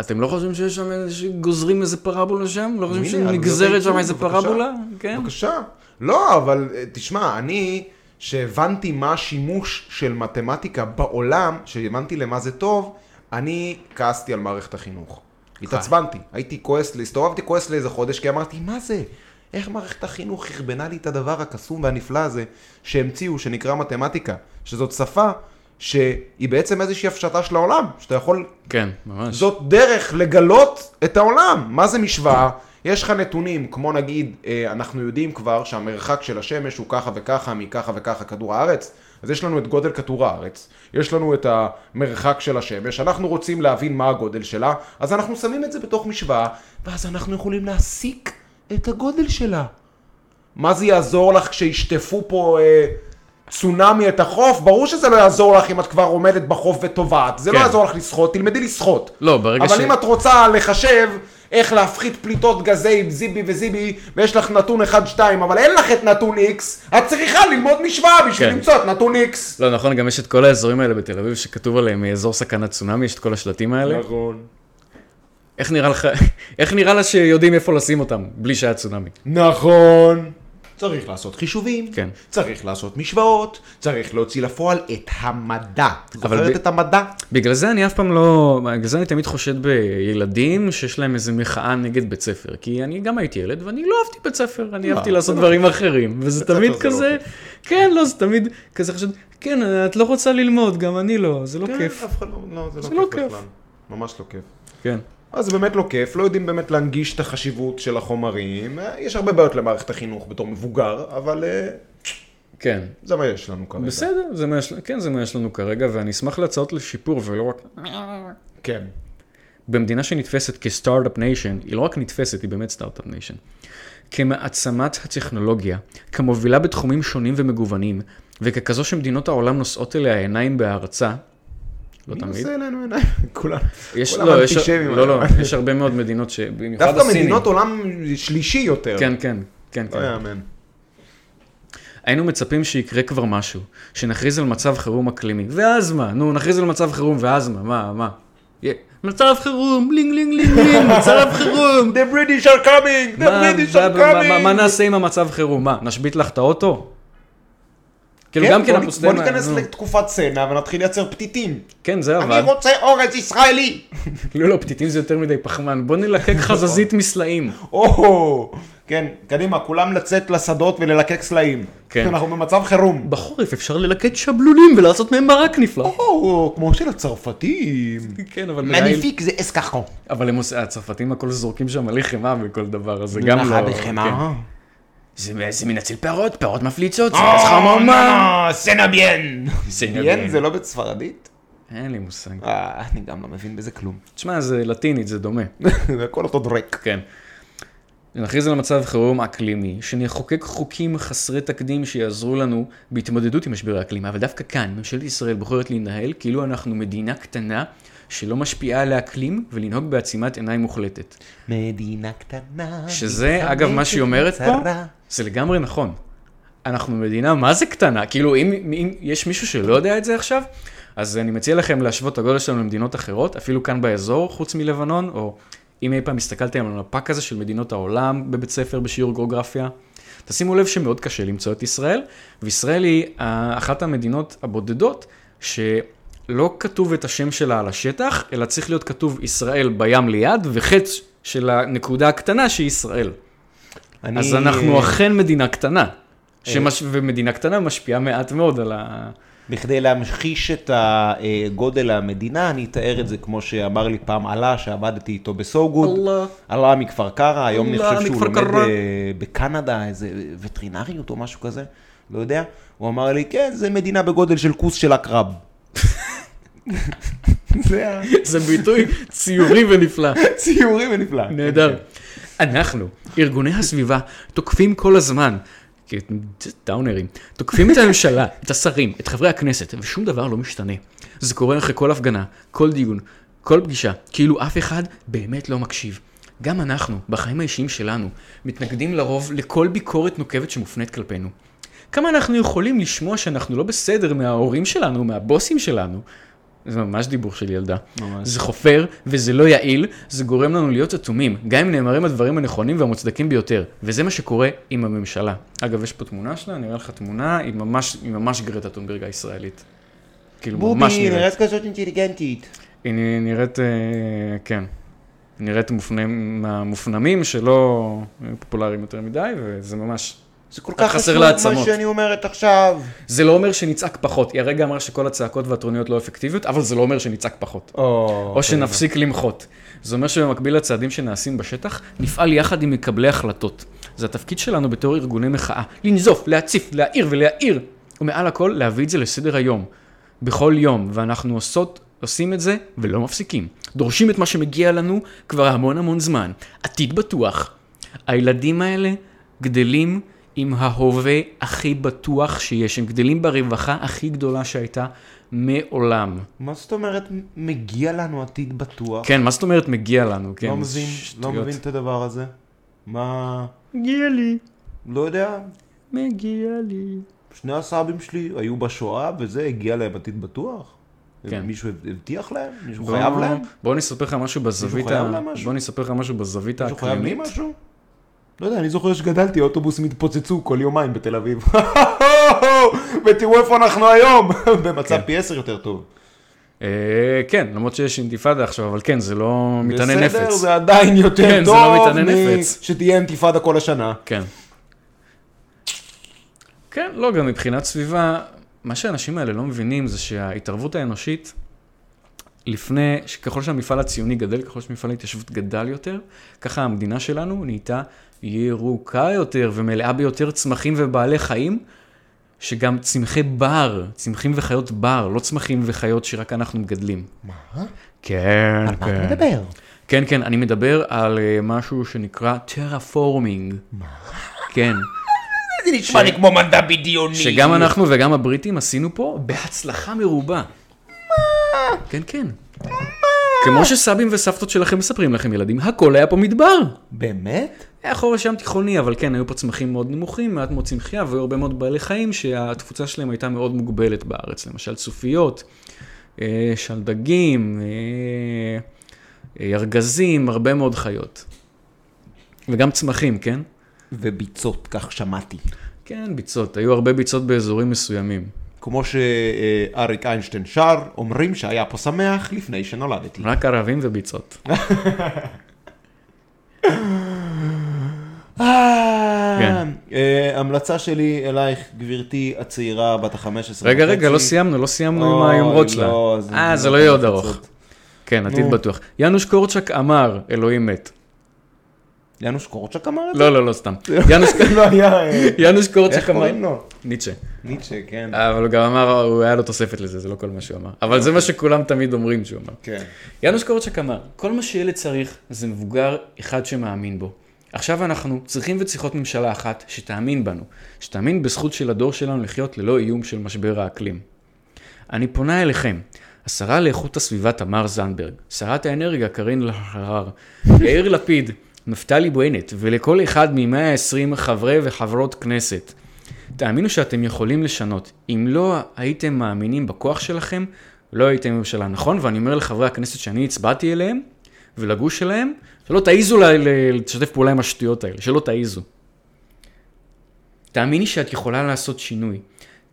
Speaker 2: אתם לא חושבים שיש שם איזה, שגוזרים איזה פרבולה שם? לא חושבים
Speaker 1: הנה, על עובדות
Speaker 2: שנגזרת שם
Speaker 1: הייצור,
Speaker 2: איזה
Speaker 1: בבקשה.
Speaker 2: פרבולה? כן.
Speaker 1: בבקשה. לא, אבל אה, תשמע, אני, שהבנתי מה השימוש של מתמטיקה בעולם, שהבנתי למה זה טוב, אני כעסתי על מערכת החינוך. התעצבנתי, הייתי כועס, הסתובבתי כועס לאיזה חודש, כי אמרתי, מה זה? איך מערכת החינוך חרבנה לי את הדבר הקסום והנפלא הזה שהמציאו, שנקרא מתמטיקה, שזאת שפה שהיא בעצם איזושהי הפשטה של העולם, שאתה יכול
Speaker 2: כן, ממש.
Speaker 1: זאת דרך לגלות את העולם. מה זה משוואה? יש לך נתונים, כמו נגיד, אה, אנחנו יודעים כבר שהמרחק של השמש הוא ככה וככה מככה וככה כדור הארץ, אז יש לנו את גודל כדור הארץ, יש לנו את המרחק של השמש, אנחנו רוצים להבין מה הגודל שלה, אז אנחנו שמים את זה בתוך משוואה, ואז אנחנו יכולים להסיק את הגודל שלה. מה זה יעזור לך כשישטפו פה אה, צונאמי את החוף? ברור שזה לא יעזור לך אם את כבר עומדת בחוף וטובעת. זה לא
Speaker 2: כן.
Speaker 1: יעזור לך לשחות, תלמדי לשחות.
Speaker 2: לא, ברגע
Speaker 1: אבל
Speaker 2: ש-
Speaker 1: אם את רוצה לחשב איך להפחית פליטות גזי זיבי וזיבי, ויש לך נתון 1-2, אבל אין לך את נתון X, את צריכה ללמוד משוואה בשביל
Speaker 2: כן.
Speaker 1: למצוא את נתון X.
Speaker 2: לא, נכון, גם יש את כל האזורים האלה בתל אביב שכתוב עליהם אזור סכנת צונאמי, יש את כל השלטים האלה.
Speaker 1: נכון.
Speaker 2: איך נראה לך, איך נראה לה שיודעים איפה לשים אותם, בלי שהיה צונאמי?
Speaker 1: נכון. צריך לעשות חישובים,
Speaker 2: כן.
Speaker 1: צריך לעשות משוואות, צריך להוציא לפועל את המדע. את
Speaker 2: אבל
Speaker 1: זוכרת
Speaker 2: ב-
Speaker 1: את המדע?
Speaker 2: בגלל זה אני אף פעם לא, בגלל זה אני תמיד חושד בילדים שיש להם איזה מחאה נגד בית ספר. כי אני גם הייתי ילד ואני לא אהבתי בית ספר, אני
Speaker 1: לא,
Speaker 2: אהבתי
Speaker 1: זה
Speaker 2: לעשות
Speaker 1: לא
Speaker 2: דברים אחרים. וזה
Speaker 1: בית
Speaker 2: תמיד
Speaker 1: ספר זה לא
Speaker 2: כזה, כן, לא, זה תמיד כזה חשד, כן, את לא רוצה ללמוד, גם אני לא, זה לא כיף.
Speaker 1: אף אחד לא, לא,
Speaker 2: זה לא כיף.
Speaker 1: בכלל. ממש לא כיף.
Speaker 2: כן.
Speaker 1: אז זה באמת לא כיף, לא יודעים באמת להנגיש את החשיבות של החומרים. אה, יש הרבה בעיות למערכת החינוך בתור מבוגר, אבל אה,
Speaker 2: כן.
Speaker 1: זה מה יש לנו כרגע.
Speaker 2: בסדר, זה מה יש- כן, זה מה יש לנו כרגע, ואני אשמח להצעות לשיפור ולא רק...
Speaker 1: כן.
Speaker 2: במדינה שנתפסת כסטארט-אפ ניישן, היא לא רק נתפסת, היא באמת סטארט-אפ ניישן. כמעצמת הטכנולוגיה, כמובילה בתחומים שונים ומגוונים, וככזו שמדינות העולם נושאות אליה עיניים בהערצה, לא
Speaker 1: מי
Speaker 2: תמיד.
Speaker 1: נושא אלינו עיניים? כולם.
Speaker 2: יש,
Speaker 1: כולם
Speaker 2: לא, יש,
Speaker 1: אנטישמים
Speaker 2: לא, לא,
Speaker 1: היום.
Speaker 2: יש הרבה מאוד מדינות ש... במיוחד
Speaker 1: דווקא
Speaker 2: הסינים.
Speaker 1: מדינות עולם שלישי יותר.
Speaker 2: כן, כן, כן,
Speaker 1: לא
Speaker 2: כן.
Speaker 1: יאמן.
Speaker 2: היינו מצפים שיקרה כבר משהו, שנכריז על מצב חירום אקלימי. ואז מה? נו, נכריז על מצב חירום, ואז מה? מה? מה? יהיה, מצב חירום, לינג לינג לינג לינג, מצב חירום.
Speaker 1: The British are coming! The
Speaker 2: מה-
Speaker 1: British
Speaker 2: מה-
Speaker 1: are
Speaker 2: מה- מה- מה
Speaker 1: coming!
Speaker 2: נעשה עם המצב חירום? מה, נשבית לך את האוטו? כאילו
Speaker 1: כן,
Speaker 2: גם כן
Speaker 1: בוא-
Speaker 2: אנחנו
Speaker 1: בוא
Speaker 2: סתם-
Speaker 1: ניכנס
Speaker 2: נו.
Speaker 1: לתקופת צנע ונתחיל לייצר פתיתים.
Speaker 2: כן, זה
Speaker 1: אני
Speaker 2: עבד.
Speaker 1: רוצה אורז ישראלי!
Speaker 2: לא, לא, פתיתים זה יותר מדי פחמן. בוא נלקק חזזית מסלעים.
Speaker 1: או, כן, קדימה, כולם לצאת לשדות וללקק סלעים.
Speaker 2: כן.
Speaker 1: אנחנו במצב חירום.
Speaker 2: בחורף אפשר ללקט שבלולים ולעשות מהם מרק נפלא.
Speaker 1: או, כמו של הצרפתים.
Speaker 2: כן, אבל מנהל...
Speaker 1: מניפיק זה אסקחו.
Speaker 2: אבל הם עושים, הצרפתים הכל זורקים שם מלא חמאה וכל דבר, אז זה גם לא... כן. זה זה מן הציל פירות, פירות מפליצות, זה אז
Speaker 1: אה,
Speaker 2: חממה.
Speaker 1: סנביאן.
Speaker 2: זה
Speaker 1: ביאן
Speaker 2: עניין.
Speaker 1: זה לא בספרדית?
Speaker 2: אין לי מושג.
Speaker 1: אה, אני גם לא מבין בזה כלום.
Speaker 2: תשמע, זה לטינית, זה דומה.
Speaker 1: זה הכל אותו דרק.
Speaker 2: כן. נכריז על מצב חירום אקלימי, שנחוקק חוקים חסרי תקדים שיעזרו לנו בהתמודדות עם משברי האקלים, אבל דווקא כאן, ממשלת ישראל בוחרת להנהל כאילו אנחנו מדינה קטנה שלא משפיעה על האקלים ולנהוג בעצימת עיניים מוחלטת.
Speaker 1: מדינה קטנה.
Speaker 2: שזה, אגב, מה שהיא אומרת פה,
Speaker 1: צרה.
Speaker 2: זה לגמרי נכון. אנחנו מדינה מה זה קטנה, כאילו אם, אם יש מישהו שלא יודע את זה עכשיו, אז אני מציע לכם להשוות את הגודל שלנו למדינות אחרות, אפילו כאן באזור, חוץ מלבנון, או אם אי פעם הסתכלתם על המפק הזה של מדינות העולם בבית ספר בשיעור גיאוגרפיה, תשימו לב שמאוד קשה למצוא את ישראל, וישראל היא אה, אחת המדינות הבודדות שלא כתוב את השם שלה על השטח, אלא צריך להיות כתוב ישראל בים ליד, וחץ של הנקודה הקטנה שהיא ישראל.
Speaker 1: אני- אה,
Speaker 2: אז אנחנו אכן מדינה קטנה. שמש... ומדינה קטנה משפיעה מעט מאוד על ה...
Speaker 1: בכדי להמחיש את הגודל המדינה, אני אתאר את זה כמו שאמר לי פעם עלה, שעבדתי איתו בסוגוד.
Speaker 2: אללה.
Speaker 1: עלה מקפר קרא, היום אני
Speaker 2: אללה
Speaker 1: חושב שהוא
Speaker 2: מכפר
Speaker 1: לומד
Speaker 2: קרא.
Speaker 1: אה, בקנדה, איזה וטרינריות או משהו כזה, לא יודע. הוא אמר לי, כן, זה מדינה בגודל של כוס של עקרב. זה
Speaker 2: זה ביטוי ציורי ונפלא.
Speaker 1: הציורי ונפלא.
Speaker 2: נהדר. כן, אנחנו, ארגוני הסביבה, תוקפים כל הזמן. כי- דאונרים. תוקפים את הממשלה, את השרים, את חברי הכנסת, ושום דבר לא משתנה. זה קורה אחרי כל הפגנה, כל דיון, כל פגישה, כאילו אף אחד באמת לא מקשיב. גם אנחנו, בחיים האישיים שלנו, מתנגדים לרוב לכל ביקורת נוקבת שמופנית כלפינו. כמה אנחנו יכולים לשמוע שאנחנו לא בסדר מההורים שלנו, מהבוסים שלנו? זה ממש דיבור של ילדה. ממש. זה חופר, וזה לא יעיל, זה גורם לנו להיות אטומים, גם אם נאמרים הדברים הנכונים והמוצדקים ביותר. וזה מה שקורה עם הממשלה. אגב, יש פה תמונה שלה, אני אראה לך תמונה, היא ממש, היא ממש גרטה טונברג הישראלית. כאילו, ממש
Speaker 1: בובי,
Speaker 2: נראית.
Speaker 1: נראית כזאת אינטליגנטית.
Speaker 2: היא נ- נראית, אה, כן, נראית מופנמים, מהמופנמים שלא היו פופולריים יותר מדי, וזה ממש...
Speaker 1: זה כל
Speaker 2: רק
Speaker 1: כך
Speaker 2: חסר
Speaker 1: חשוב מה
Speaker 2: להעצמות.
Speaker 1: שאני אומרת עכשיו.
Speaker 2: זה לא אומר שנצעק פחות, היא הרגע אמרה שכל הצעקות והטרוניות לא אפקטיביות, אבל זה לא אומר שנצעק פחות. או שנפסיק למחות. זה אומר שבמקביל לצעדים שנעשים בשטח, נפעל יחד עם מקבלי החלטות. זה התפקיד שלנו בתור ארגוני מחאה, לנזוף, להציף, להעיר ולהעיר, ומעל הכל להביא את זה לסדר היום, בכל יום, ואנחנו עושות, עושים את זה ולא מפסיקים. דורשים את מה שמגיע לנו כבר המון המון זמן. עתיד בטוח. הילדים האלה גדלים עם ההווה הכי בטוח שיש, הם גדלים ברווחה הכי גדולה שהייתה מעולם.
Speaker 1: מה זאת אומרת, מגיע לנו עתיד בטוח?
Speaker 2: כן, מה זאת אומרת מגיע לנו? כן,
Speaker 1: אוקיי. לא מבין, לא
Speaker 2: שטויות.
Speaker 1: מבין את הדבר הזה. מה...
Speaker 2: מגיע לי,
Speaker 1: לא יודע,
Speaker 2: מגיע לי.
Speaker 1: שני הסבים שלי היו בשואה, וזה הגיע להם עתיד בטוח?
Speaker 2: כן. לא
Speaker 1: מישהו הבטיח להם? מישהו חייב להם?
Speaker 2: בואו אני אספר לך משהו בזווית
Speaker 1: חייב
Speaker 2: ה...
Speaker 1: להם משהו?
Speaker 2: בואו אני אספר לך משהו בזווית
Speaker 1: מישהו חייב לי
Speaker 2: האקלימית.
Speaker 1: משהו? לא יודע, אני זוכר שגדלתי, האוטובוסים התפוצצו כל יומיים בתל אביב. ותראו איפה אנחנו היום! במצב
Speaker 2: כן.
Speaker 1: פי עשר יותר טוב.
Speaker 2: אה, כן, למרות שיש אינתיפאדה עכשיו, אבל כן, זה לא מטעני נפץ.
Speaker 1: בסדר, זה עדיין יותר
Speaker 2: כן, זה לא
Speaker 1: טוב
Speaker 2: מטעני
Speaker 1: מ-
Speaker 2: נפץ.
Speaker 1: שתהיה אינתיפאדה כל השנה.
Speaker 2: כן. כן, לא, גם מבחינת סביבה, מה שהאנשים האלה לא מבינים זה שההתערבות האנושית, לפני, ככל שהמפעל הציוני גדל, ככל שמפעל ההתיישבות גדל יותר, ככה המדינה שלנו נהייתה ירוקה יותר ומלאה ביותר צמחים ובעלי חיים, שגם צמחי בר, צמחים וחיות בר, לא צמחים וחיות שרק אנחנו מגדלים. מה? כן,
Speaker 1: על מה
Speaker 2: כן.
Speaker 1: אתה מדבר?
Speaker 2: כן, כן, אני מדבר על אה, משהו שנקרא טרפורמינג. מה? כן,
Speaker 1: זה נשמע לי כמו מדע בדיוני.
Speaker 2: שגם אנחנו וגם הבריטים עשינו פה בהצלחה מרובה. כן, כן. כמו שסבים וסבתות שלכם מספרים לכם, ילדים, הכל היה פה מדבר.
Speaker 3: באמת?
Speaker 2: היה חורש ים אה, תיכוני, אבל כן, היו פה צמחים מאוד נמוכים, מעט מאוד צמחייה, והיו הרבה מאוד בעלי חיים שהתפוצה שלהם הייתה מאוד מוגבלת בארץ. למשל צופיות, אה, שלדגים, אה, אה, ארגזים, הרבה מאוד חיות. וגם צמחים, כן?
Speaker 3: וביצות, כך שמעתי.
Speaker 2: כן, ביצות. היו הרבה ביצות באזורים מסוימים.
Speaker 3: כמו שאריק איינשטיין שר, אומרים שהיה פה שמח לפני שנולדתי.
Speaker 2: רק ערבים וביצות.
Speaker 3: אה,
Speaker 2: כן.
Speaker 3: אה, המלצה שלי אלייך, גברתי הצעירה בת ה-15 וחצי.
Speaker 2: רגע, רגע, לא סיימנו, לא סיימנו עם
Speaker 3: אוי,
Speaker 2: היומרות שלה.
Speaker 3: לא,
Speaker 2: אה, זה לא יהיה עוד ארוך. כן, עתיד בטוח. יאנוש קורצ'אק אמר, אלוהים מת.
Speaker 3: יאנוש קורצ'ק אמר את זה?
Speaker 2: לא, לא, לא, סתם. יאנוש-
Speaker 3: לא היה... אה,
Speaker 2: יאנוש קורצ'אק
Speaker 3: איך קוראים
Speaker 2: אמר...
Speaker 3: לו?
Speaker 2: ניטשה.
Speaker 3: ניטשה, כן.
Speaker 2: אבל הוא גם אמר, הוא היה לו תוספת לזה, זה לא כל מה שהוא אמר. אבל זה מה שכולם תמיד אומרים שהוא אמר.
Speaker 3: כן.
Speaker 2: יאנוש קורצ'אק אמר, כל מה שילד צריך זה מבוגר אחד שמאמין בו. עכשיו אנחנו צריכים וצריכות ממשלה אחת שתאמין בנו, שתאמין בזכות של הדור שלנו לחיות ללא איום של משבר האקלים. אני פונה אליכם, השרה לאיכות הסביבה תמר זנדברג, שרת האנרגיה קארין אלהרר, יאיר לפיד, נפתלי בנט, ולכל אחד מ-120 חברי וחברות כנסת. תאמינו שאתם יכולים לשנות. אם לא הייתם מאמינים בכוח שלכם, לא הייתם ממשלה. נכון? ואני אומר לחברי הכנסת שאני הצבעתי אליהם, ולגוש שלהם, שלא תעיזו ל- ל- לשתף פעולה עם השטויות האלה, שלא תעיזו. תאמיני שאת יכולה לעשות שינוי.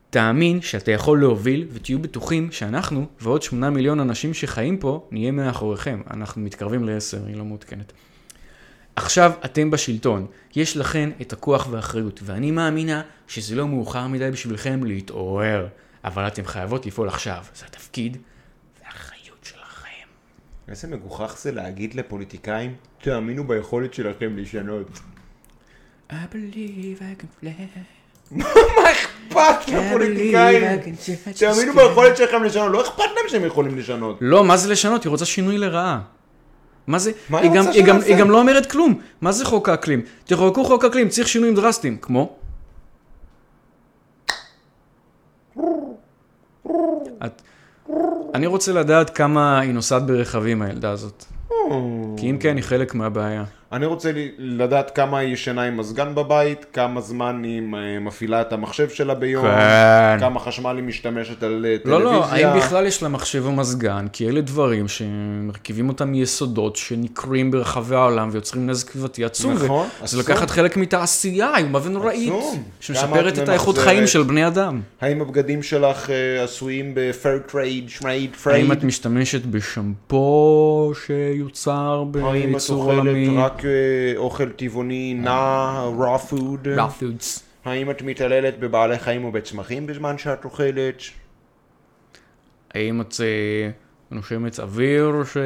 Speaker 2: תאמין שאתה יכול להוביל, ותהיו בטוחים שאנחנו ועוד שמונה מיליון אנשים שחיים פה, נהיה מאחוריכם. אנחנו מתקרבים לעשר, היא לא מעודכנת. עכשיו אתם בשלטון, יש לכן את הכוח והאחריות, ואני מאמינה שזה לא מאוחר מדי בשבילכם להתעורר, אבל אתם חייבות לפעול עכשיו, זה התפקיד והאחריות שלכם.
Speaker 3: איזה מגוחך זה להגיד לפוליטיקאים, תאמינו ביכולת שלכם לשנות.
Speaker 2: I believe I can fly,
Speaker 3: אכפת
Speaker 2: I
Speaker 3: לפוליטיקאים,
Speaker 2: believe I can touch the
Speaker 3: תאמינו
Speaker 2: sky.
Speaker 3: ביכולת שלכם לשנות, לא אכפת להם שהם יכולים לשנות.
Speaker 2: לא, מה זה לשנות? היא רוצה שינוי לרעה. מה זה?
Speaker 3: מה
Speaker 2: היא
Speaker 3: היא
Speaker 2: גם,
Speaker 3: רוצה
Speaker 2: היא, גם,
Speaker 3: שנעשה?
Speaker 2: היא גם לא אומרת כלום. מה זה חוק האקלים? תחוקקו חוק אקלים, צריך שינויים דרסטיים. כמו? את... אני רוצה לדעת כמה היא נוסעת ברכבים, הילדה הזאת. כי אם כן, היא חלק מהבעיה.
Speaker 3: אני רוצה ל- לדעת כמה היא ישנה עם מזגן בבית, כמה זמן היא אה, מפעילה את המחשב שלה ביום,
Speaker 2: כן.
Speaker 3: כמה חשמל היא משתמשת על אה, טלוויזיה.
Speaker 2: לא, לא, האם בכלל יש לה מחשב או מזגן? כי אלה דברים שמרכיבים אותם מיסודות שנקרים ברחבי העולם ויוצרים נזק סביבתי עצום.
Speaker 3: נכון,
Speaker 2: זה
Speaker 3: עצום.
Speaker 2: לקחת חלק מתעשייה איומה ונוראית,
Speaker 3: עצום. כמה
Speaker 2: שמשפרת
Speaker 3: את
Speaker 2: את האיכות
Speaker 3: ממחזרת?
Speaker 2: חיים של בני אדם.
Speaker 3: האם הבגדים שלך אה, עשויים ב-fair trade, שמייד
Speaker 2: האם
Speaker 3: trade?
Speaker 2: את משתמשת בשמפו שיוצר
Speaker 3: האם את
Speaker 2: בייצור
Speaker 3: אוכלת
Speaker 2: עולמי?
Speaker 3: רק אה, אוכל טבעוני נע, raw food?
Speaker 2: Raw foods.
Speaker 3: האם את מתעללת בבעלי חיים או בצמחים בזמן שאת אוכלת?
Speaker 2: האם את אה, נושמת אוויר ש...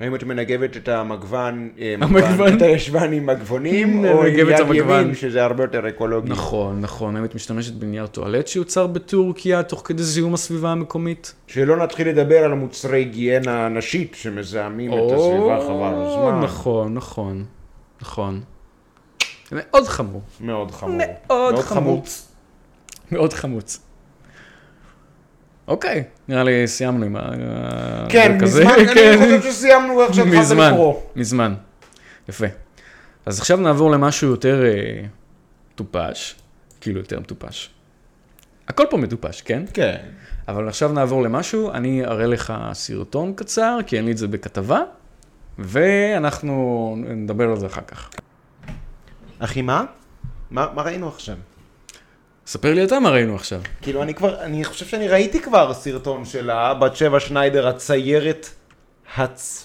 Speaker 3: האם את מנגבת את המגוון, אה,
Speaker 2: המגוון?
Speaker 3: את הישבן עם מגבונים,
Speaker 2: הנה,
Speaker 3: או עם
Speaker 2: מנגבת
Speaker 3: יד
Speaker 2: המגוון.
Speaker 3: ימין, שזה הרבה יותר אקולוגי?
Speaker 2: נכון, נכון. האם את משתמשת בנייר טואלט שיוצר בטורקיה תוך כדי זיהום הסביבה המקומית?
Speaker 3: שלא נתחיל לדבר על מוצרי היגיינה נשית שמזהמים את הסביבה חבל הזמן.
Speaker 2: נכון, נכון, נכון. זה מאוד חמור.
Speaker 3: מאוד חמור.
Speaker 2: מאוד חמוץ. מאוד חמוץ. אוקיי, נראה לי סיימנו עם ה...
Speaker 3: כן,
Speaker 2: הפרק הזה.
Speaker 3: מזמן, אני
Speaker 2: כן,
Speaker 3: חושב שסיימנו איך שהתחלת
Speaker 2: מזמן,
Speaker 3: לקרוא. לא
Speaker 2: מזמן. יפה. אז עכשיו נעבור למשהו יותר אה, מטופש, כאילו יותר מטופש. הכל פה מטופש, כן?
Speaker 3: כן.
Speaker 2: אבל עכשיו נעבור למשהו, אני אראה לך סרטון קצר, כי אין לי את זה בכתבה, ואנחנו נדבר על זה אחר כך.
Speaker 3: אחי, מה? מה מה ראינו עכשיו?
Speaker 2: ספר לי אתה מה ראינו עכשיו.
Speaker 3: כאילו, אני כבר, אני חושב שאני ראיתי כבר סרטון שלה, בת שבע שניידר, הציירת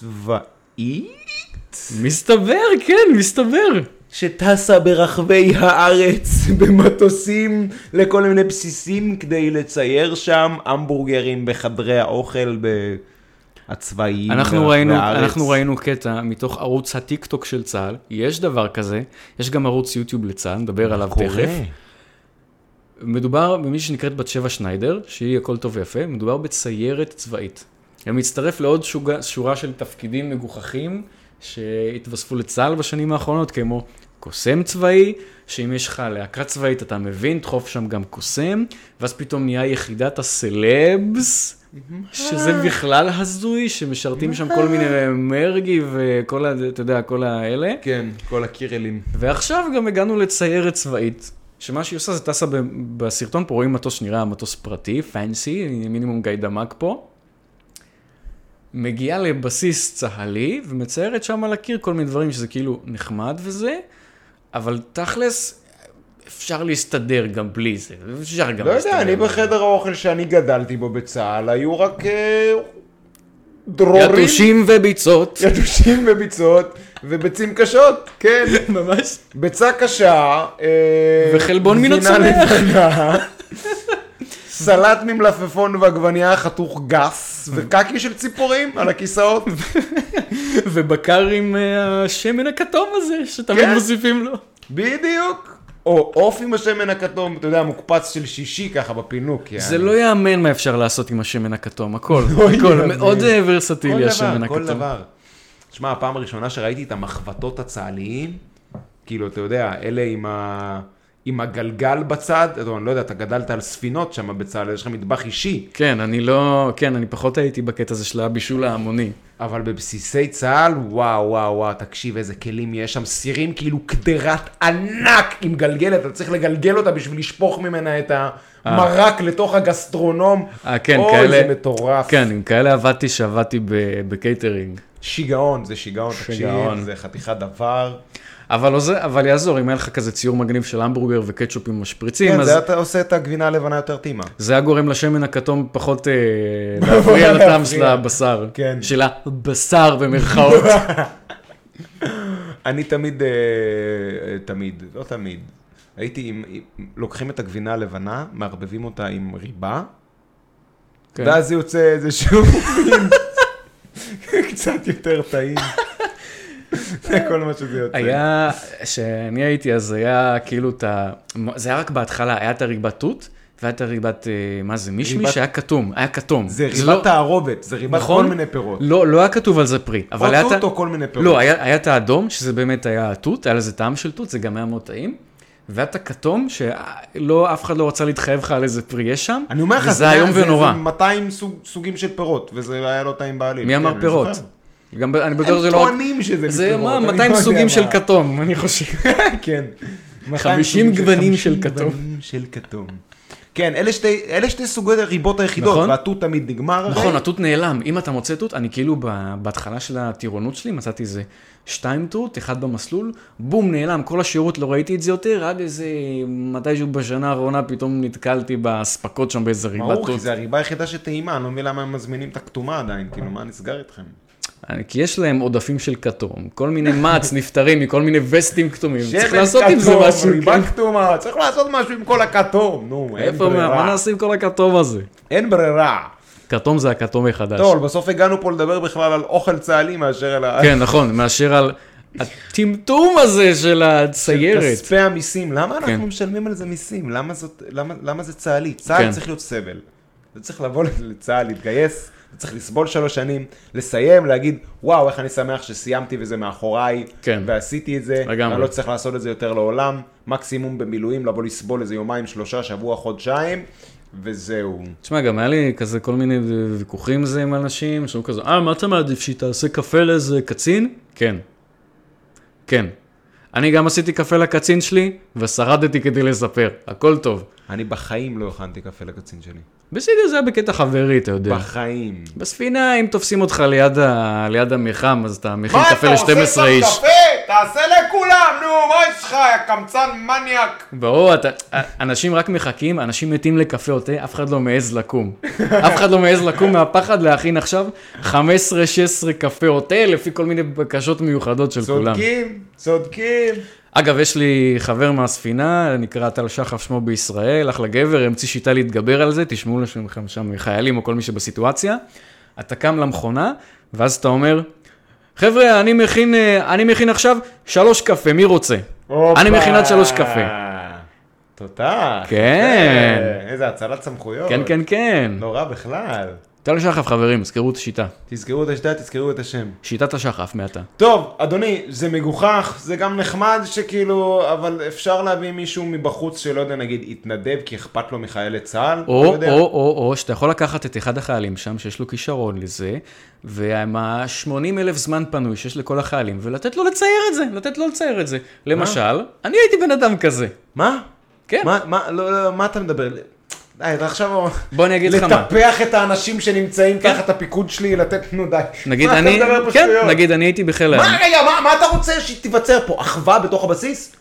Speaker 3: הצבאית,
Speaker 2: מסתבר, כן, מסתבר.
Speaker 3: שטסה ברחבי הארץ במטוסים לכל מיני בסיסים כדי לצייר שם המבורגרים בחדרי האוכל ב... הצבאיים
Speaker 2: אנחנו
Speaker 3: ברחבי
Speaker 2: ראינו,
Speaker 3: הארץ.
Speaker 2: אנחנו ראינו קטע מתוך ערוץ הטיקטוק של צה"ל, יש דבר כזה, יש גם ערוץ יוטיוב לצה"ל, נדבר עליו
Speaker 3: קורה.
Speaker 2: תכף. מדובר במישהי שנקראת בת שבע שניידר, שהיא הכל טוב ויפה, מדובר בציירת צבאית. היא מצטרף לעוד שוגה, שורה של תפקידים מגוחכים שהתווספו לצה"ל בשנים האחרונות, כמו קוסם צבאי, שאם יש לך להקה צבאית אתה מבין, דחוף שם גם קוסם, ואז פתאום נהיה יחידת הסלבס, שזה בכלל הזוי, שמשרתים שם כל מיני מרגי וכל, ה- אתה יודע, כל האלה.
Speaker 1: כן, כל הקירלים.
Speaker 2: ועכשיו גם הגענו לציירת צבאית, שמה שהיא עושה זה טסה ב- בסרטון פה, רואים מטוס שנראה מטוס פרטי, פאנסי, מינימום גיא דמק פה. מגיעה לבסיס צהלי ומציירת שם על הקיר כל מיני דברים שזה כאילו נחמד וזה, אבל תכלס אפשר להסתדר גם בלי זה, אפשר גם
Speaker 3: לא
Speaker 2: להסתדר.
Speaker 3: יודע, אני
Speaker 2: בלי זה.
Speaker 3: בחדר האוכל שאני גדלתי בו בצה"ל, היו רק אה, דרורים,
Speaker 2: יתושים וביצות.
Speaker 3: יתושים וביצות וביצים קשות, כן.
Speaker 2: ממש.
Speaker 3: ביצה קשה, אה,
Speaker 2: וחלבון מן
Speaker 3: גבינה
Speaker 2: הצומח.
Speaker 3: לבנה, סלט ממלפפון ועגבנייה חתוך גס, וקקי של ציפורים על הכיסאות.
Speaker 2: ובקר עם אה, השמן הכתום הזה, שתמיד
Speaker 3: כן.
Speaker 2: מוסיפים לו.
Speaker 3: בדיוק. או עוף עם השמן הכתום, אתה יודע, מוקפץ של שישי ככה בפינוק.
Speaker 2: זה לא יאמן מה אפשר לעשות עם השמן הכתום, הכל,
Speaker 3: יאמן.
Speaker 2: הכל, מאוד אה,
Speaker 3: כל
Speaker 2: ורסטילי השמן
Speaker 3: דבר,
Speaker 2: הכתום.
Speaker 3: כל דבר. שמע, הפעם הראשונה שראיתי את המחבטות הצה"ליים, כאילו, אתה יודע, אלה עם ה... עם הגלגל בצד, אתה יודע, אני לא יודע, אתה גדלת על ספינות שם בצה"ל, יש לך מטבח אישי,
Speaker 2: כן, אני לא, כן, אני פחות הייתי בקטע הזה של הבישול ההמוני.
Speaker 3: אבל בבסיסי צה"ל, וואו, וואו, וואו, תקשיב איזה כלים יש שם, סירים כאילו קדרת ענק עם גלגלת, אתה צריך לגלגל אותה בשביל לשפוך ממנה את המרק לתוך הגסטרונום.
Speaker 2: אה, כן,
Speaker 3: אוי,
Speaker 2: כאלה...
Speaker 3: זה מטורף.
Speaker 2: כן, עם כאלה עבדתי שעבדתי ב- בקייטרינג.
Speaker 3: שיגעון, זה שיגעון,
Speaker 2: שיגעון.
Speaker 3: תקשיב, זה חתיכת דבר.
Speaker 2: אבל, לא זה, אבל יעזור, אם היה לך כזה ציור מגניב של המבורגר וקטשופ עם משפריצים,
Speaker 3: כן,
Speaker 2: אז
Speaker 3: זה אתה עושה את הגבינה הלבנה יותר טעימה.
Speaker 2: זה היה גורם לשמן הכתום פחות אה, להפריע לטעם של
Speaker 3: להפריע.
Speaker 2: הבשר.
Speaker 3: כן.
Speaker 2: של הבשר במרכאות.
Speaker 3: אני תמיד, אה, אה, תמיד, לא תמיד, הייתי עם, עם- לוקחים את הגבינה הלבנה, מערבבים אותה עם ריבה,
Speaker 2: כן.
Speaker 3: ואז זה יוצא איזשהו מין קצת יותר טעים. זה כל מה שזה יוצא.
Speaker 2: היה, כשאני הייתי אז היה כאילו את ה... זה היה רק בהתחלה, היה את הריבת תות, והיה את הריבת, אה, מה זה, מישמיש
Speaker 3: ריבת-
Speaker 2: שהיה כתום, היה כתום.
Speaker 3: זה
Speaker 2: לא-
Speaker 3: ריבת תערובת, זה ריבת כל
Speaker 2: נכון?
Speaker 3: מיני פירות.
Speaker 2: לא, לא היה כתוב על זה פרי.
Speaker 3: או
Speaker 2: אבל היה את ה-
Speaker 3: תות או כל מיני פירות.
Speaker 2: לא, היה היה את האדום, שזה באמת היה תות, היה לזה טעם של תות, זה גם היה מאוד טעים. והיה את הכתום, שלא, אף אחד לא רצה להתחייב לך על איזה פרי יש שם.
Speaker 3: אני אומר לך,
Speaker 2: וזה איום
Speaker 3: זה-
Speaker 2: ונורא.
Speaker 3: זה 200 סוג- סוגים של פירות, וזה היה לא טעים בעליל.
Speaker 2: מי
Speaker 3: כן,
Speaker 2: אמר
Speaker 3: אני
Speaker 2: פירות?
Speaker 3: זוכר.
Speaker 2: גם ב- אני בטוח
Speaker 3: הם
Speaker 2: שזה לא רק...
Speaker 3: טוענים שזה
Speaker 2: זה
Speaker 3: מפירות,
Speaker 2: מה,
Speaker 3: אני לא
Speaker 2: 200
Speaker 3: יודע
Speaker 2: סוגים של
Speaker 3: מה.
Speaker 2: כתום, אני חושב.
Speaker 3: כן.
Speaker 2: 50 גוונים של כתום.
Speaker 3: 50 גוונים של כתום. כן, אלה שתי, אלה שתי סוגי הריבות היחידות,
Speaker 2: נכון.
Speaker 3: והתות תמיד נגמר. הרי.
Speaker 2: נכון, התות נעלם. אם אתה מוצא תות, אני כאילו ב- בהתחלה של הטירונות שלי מצאתי איזה שתיים תות, אחד במסלול, בום, נעלם. כל השירות לא ראיתי את זה יותר, עד איזה מתישהו בשנה האחרונה פתאום נתקלתי באספקות שם באיזה ריבת
Speaker 3: ברור, כי
Speaker 2: תות.
Speaker 3: זה הריבה היחידה שטעימה, אני לא מבין למה הם מזמינים את הכתומה עדיין, כאילו, מה נסגר איתכם?
Speaker 2: אני- כי יש להם עודפים של כתום, כל מיני מעץ נפטרים מכל מיני וסטים כתומים, צריך
Speaker 3: שמן
Speaker 2: לעשות עם זה
Speaker 3: כתום,
Speaker 2: משהו.
Speaker 3: ריבה
Speaker 2: כן.
Speaker 3: כתומה, צריך לעשות משהו עם כל הכתום, נו, אין
Speaker 2: איפה, מה מה
Speaker 3: ברירה.
Speaker 2: נעשה עם כל הכתום הזה?
Speaker 3: אין ברירה.
Speaker 2: כתום זה הכתום החדש.
Speaker 3: טוב, בסוף הגענו פה לדבר בכלל על אוכל צה"לי מאשר על ה-
Speaker 2: כן, נכון, מאשר על הטמטום הזה של הציירת.
Speaker 3: כספי המיסים, למה
Speaker 2: כן.
Speaker 3: אנחנו משלמים על זה מיסים? למה זאת- למה למה זה צה"לי? צה"ל
Speaker 2: כן.
Speaker 3: צריך להיות סבל. זה צריך לבוא לצה"ל, להתגייס, זה צריך לסבול שלוש שנים, לסיים, להגיד, וואו, איך אני שמח שסיימתי וזה מאחוריי,
Speaker 2: כן.
Speaker 3: ועשיתי את זה,
Speaker 2: לגמרי.
Speaker 3: אני לא צריך לעשות את זה יותר לעולם, מקסימום במילואים, לבוא לסבול איזה יומיים, שלושה, שבוע, חודשיים, וזהו.
Speaker 2: תשמע, גם היה לי כזה כל מיני ויכוחים עם זה עם אנשים, שאומרים כזה, אה, מה אתה מעדיף, שהיא תעשה קפה לאיזה קצין? כן. כן. אני גם עשיתי קפה לקצין שלי, ושרדתי כדי לספר, הכל טוב.
Speaker 3: אני בחיים לא הכנתי קפה לקצין שלי.
Speaker 2: בסדר, זה היה בקטע חברי, אתה יודע.
Speaker 3: בחיים.
Speaker 2: בספינה, אם תופסים אותך ליד, ה... ליד המחם, אז אתה מכין קפה ל-12 איש.
Speaker 3: תעשה לכולם, נו, מה יש לך, יא קמצן מניאק?
Speaker 2: ברור, אתה... אנשים רק מחכים, אנשים מתים לקפה או תה, אף אחד לא מעז לקום. אף אחד לא מעז לקום מהפחד להכין עכשיו 15-16 קפה או תה, לפי כל מיני בקשות מיוחדות של כולם.
Speaker 3: צודקים, צודקים.
Speaker 2: אגב, יש לי חבר מהספינה, נקרא טל שחף שמו בישראל, אחלה גבר, המציא שיטה להתגבר על זה, תשמעו לכם שם חיילים או כל מי שבסיטואציה. אתה קם למכונה, ואז אתה אומר, חבר'ה, אני מכין, אה, אני מכין עכשיו שלוש קפה, מי רוצה? אני מכין עד שלוש קפה.
Speaker 3: תותח.
Speaker 2: כן.
Speaker 3: אה, איזה הצלת סמכויות.
Speaker 2: כן, כן, כן.
Speaker 3: נורא בכלל.
Speaker 2: טל שחף, חברים, זכרו את השיטה.
Speaker 3: תזכרו את השדה, תזכרו את השם.
Speaker 2: שיטת השחף מעתה.
Speaker 3: טוב, אדוני, זה מגוחך, זה גם נחמד שכאילו, אבל אפשר להביא מישהו מבחוץ שלא יודע, נגיד, התנדב כי אכפת לו מחיילי צה"ל?
Speaker 2: או,
Speaker 3: לא יודע.
Speaker 2: או, או, או, שאתה יכול לקחת את אחד החיילים שם, שיש לו כישרון לזה, ועם ה-80 אלף זמן פנוי שיש לכל החיילים, ולתת לו לצייר את זה, לתת לו לצייר את זה. למשל, אני הייתי בן אדם כזה.
Speaker 3: מה?
Speaker 2: כן.
Speaker 3: מה, מה, לא, לא, מה אתה מדבר? די, אתה עכשיו...
Speaker 2: בוא אני אגיד לך מה. כן.
Speaker 3: לטפח את האנשים שנמצאים תחת הפיקוד שלי, לתת, נו די.
Speaker 2: נגיד
Speaker 3: מה, אתה
Speaker 2: אני,
Speaker 3: מדבר פה
Speaker 2: כן,
Speaker 3: שטויות?
Speaker 2: נגיד אני הייתי בחיל
Speaker 3: מה,
Speaker 2: הים.
Speaker 3: רגע, מה, מה אתה רוצה שתיווצר פה? אחווה בתוך הבסיס?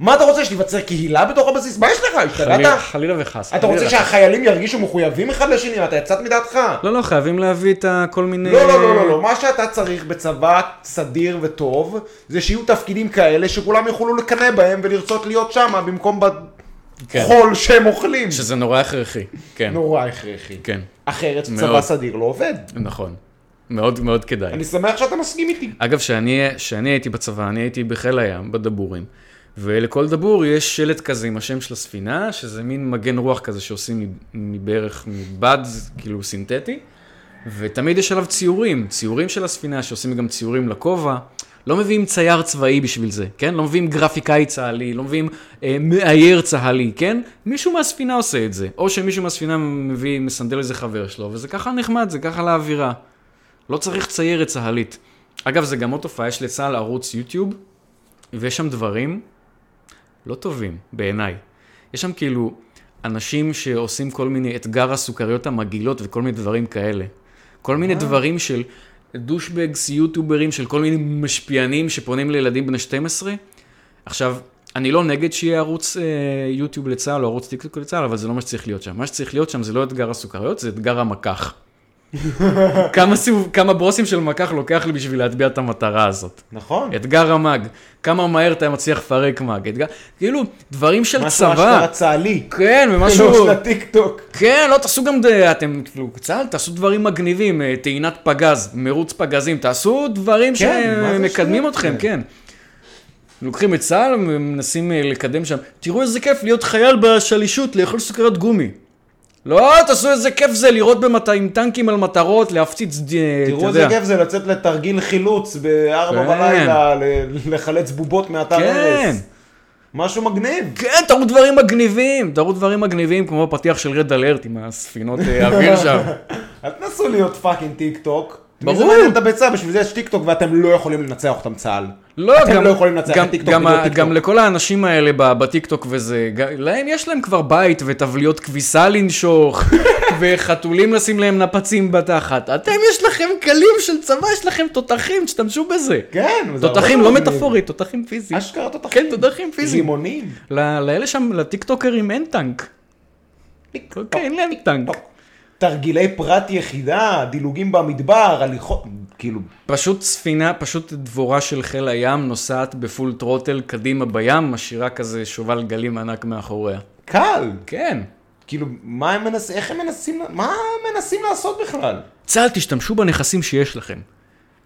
Speaker 3: מה אתה רוצה שתיווצר קהילה בתוך הבסיס? מה יש לך?
Speaker 2: חלילה-
Speaker 3: השתגעת?
Speaker 2: חלילה וחס.
Speaker 3: אתה רוצה
Speaker 2: חלילה.
Speaker 3: שהחיילים ירגישו מחויבים אחד לשני? אתה יצאת מדעתך?
Speaker 2: לא, לא, חייבים להביא את הכל מיני...
Speaker 3: לא, לא, לא, לא, לא. מה שאתה צריך בצבא סדיר וטוב, זה שיהיו תפקידים כאלה שכולם יוכלו לקנא בהם ולרצות להיות שמה במקום
Speaker 2: כן.
Speaker 3: בחול שהם אוכלים.
Speaker 2: שזה נורא הכרחי. כן,
Speaker 3: נורא הכרחי.
Speaker 2: כן,
Speaker 3: אחרת צבא
Speaker 2: מאוד.
Speaker 3: סדיר לא עובד.
Speaker 2: נכון. מאוד מאוד כדאי.
Speaker 3: אני שמח שאתה מסכים איתי.
Speaker 2: אגב, כשאני הייתי בצבא, אני הייתי בחיל הים, בדבורים, ולכל דבור יש שלט כזה עם השם של הספינה, שזה מין מגן רוח כזה שעושים מברך, מבד, כאילו סינתטי, ותמיד יש עליו ציורים, ציורים של הספינה, שעושים גם ציורים לכובע. לא מביאים צייר צבאי בשביל זה, כן? לא מביאים גרפיקאי צה"לי, לא מביאים אה, מאייר צה"לי, כן? מישהו מהספינה עושה את זה, או שמישהו מהספינה מביא, מסנדל איזה חבר שלו, וזה ככה נחמד, זה ככה לאווירה. לא צריך ציירת צהלית. אגב, זה גם עוד תופעה, יש לצה"ל ערוץ יוטיוב, ויש שם דברים לא טובים, בעיניי. יש שם כאילו אנשים שעושים כל מיני אתגר הסוכריות המגעילות וכל מיני דברים כאלה. כל מיני דברים של דושבגס, יוטיוברים, של כל מיני משפיענים שפונים לילדים בני 12. עכשיו, אני לא נגד שיהיה ערוץ אה, יוטיוב לצה"ל או ערוץ טיקטוק לצה"ל, אבל זה לא מה שצריך להיות שם. מה שצריך להיות שם זה לא אתגר הסוכריות, זה אתגר המקח. כמה, סיבוב, כמה ברוסים של מקח לוקח לי בשביל להטביע את המטרה הזאת.
Speaker 3: נכון.
Speaker 2: אתגר המאג, כמה מהר אתה מצליח לפרק מאג, אתגר, כאילו, דברים של
Speaker 3: משהו לא
Speaker 2: צבא.
Speaker 3: הצה"לי.
Speaker 2: כן,
Speaker 3: משהו
Speaker 2: ומשהו...
Speaker 3: של הטיקטוק.
Speaker 2: כן, לא, תעשו גם, ד- אתם, כאילו, צה"ל, תעשו דברים מגניבים, אה, טעינת פגז, מרוץ פגזים, תעשו דברים
Speaker 3: כן, מה זה
Speaker 2: שמקדמים
Speaker 3: שטויות?
Speaker 2: אתכם, כן. לוקחים את צה"ל ומנסים אה, לקדם שם, תראו איזה כיף להיות חייל בשלישות, לאכול סוכרת גומי. לא, תעשו איזה כיף זה לירות במט... עם טנקים על מטרות, להפציץ, ד- אתה
Speaker 3: תראו
Speaker 2: יודע.
Speaker 3: איזה כיף זה לצאת לתרגיל חילוץ בארבע
Speaker 2: כן.
Speaker 3: בלילה, ל- לחלץ בובות מאתר
Speaker 2: כן.
Speaker 3: ארז. משהו מגניב.
Speaker 2: כן, תראו דברים מגניבים, תראו דברים מגניבים, כמו הפתיח של רד אלרט עם הספינות אה, האוויר שם.
Speaker 3: אל תנסו להיות פאקינג טיק טוק.
Speaker 2: ברור.
Speaker 3: מי זה מעניין את הביצה? בשביל זה יש טיק טוק ואתם לא יכולים לנצח אותם צה"ל.
Speaker 2: לא,
Speaker 3: אתם
Speaker 2: גם,
Speaker 3: לא יכולים לנצח
Speaker 2: גם,
Speaker 3: את טיקטוק
Speaker 2: גם,
Speaker 3: בגלל
Speaker 2: ה-
Speaker 3: טיקטוק.
Speaker 2: גם לכל האנשים האלה ב- בטיקטוק וזה, ג- להם יש להם כבר בית וטבליות כביסה לנשוך, וחתולים לשים להם נפצים בתחת. אתם יש לכם כלים של צבא, יש לכם תותחים, תשתמשו בזה.
Speaker 3: כן, זה הרבה
Speaker 2: תותחים, לא
Speaker 3: מגניב.
Speaker 2: מטאפורית, תותחים פיזיים.
Speaker 3: אשכרה תותחים.
Speaker 2: כן, תותחים פיזיים.
Speaker 3: רימונים.
Speaker 2: ל- לאלה שם, לטיקטוקרים אין טנק. אוקיי, אין להם טנק.
Speaker 3: תרגילי פרט יחידה, דילוגים במדבר, הליכות, כאילו,
Speaker 2: פשוט ספינה, פשוט דבורה של חיל הים נוסעת בפול טרוטל קדימה בים, משאירה כזה שובל גלים ענק מאחוריה.
Speaker 3: קל.
Speaker 2: כן.
Speaker 3: כאילו, מה הם מנסים, איך הם מנסים, מה הם מנסים לעשות בכלל?
Speaker 2: צה"ל, תשתמשו בנכסים שיש לכם.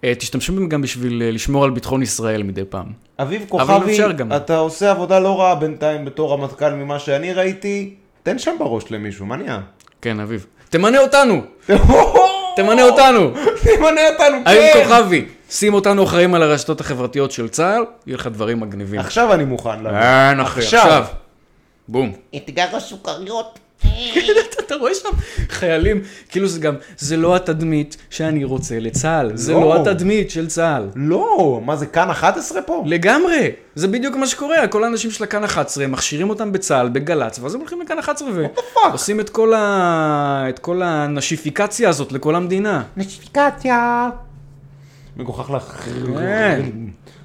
Speaker 2: אה, תשתמשו בהם גם בשביל אה, לשמור על ביטחון ישראל מדי פעם.
Speaker 3: אביב
Speaker 2: אבל
Speaker 3: כוכבי,
Speaker 2: אפשר גם.
Speaker 3: אתה עושה עבודה לא רעה בינתיים בתור רמטכ"ל ממה שאני ראיתי, תן שם בראש למישהו, מה נהיה?
Speaker 2: כן, אביב. תמנה אותנו! תמנה אותנו!
Speaker 3: תמנה אותנו,
Speaker 2: אביב
Speaker 3: כן!
Speaker 2: כוכבי, שים אותנו אחראים על הרשתות החברתיות של צה"ל, יהיו לך דברים מגניבים.
Speaker 3: עכשיו אני מוכן לנו.
Speaker 2: כן, אחי,
Speaker 3: עכשיו.
Speaker 2: עכשיו. בום.
Speaker 4: אתגר הסוכריות.
Speaker 2: אתה- אתה רואה שם חיילים, כאילו זה גם, זה לא התדמית שאני רוצה לצה"ל, זה
Speaker 3: לא.
Speaker 2: לא התדמית של צה"ל.
Speaker 3: לא, מה זה כאן 11 פה?
Speaker 2: לגמרי, זה בדיוק מה שקורה, כל האנשים של הכאן 11, מכשירים אותם בצה"ל, בגל"צ, ואז הם הולכים לכאן 11 ועושים את כל, ה... את כל הנשיפיקציה הזאת לכל המדינה.
Speaker 3: נוטיפיקציה. מגוחך לך.
Speaker 2: כן.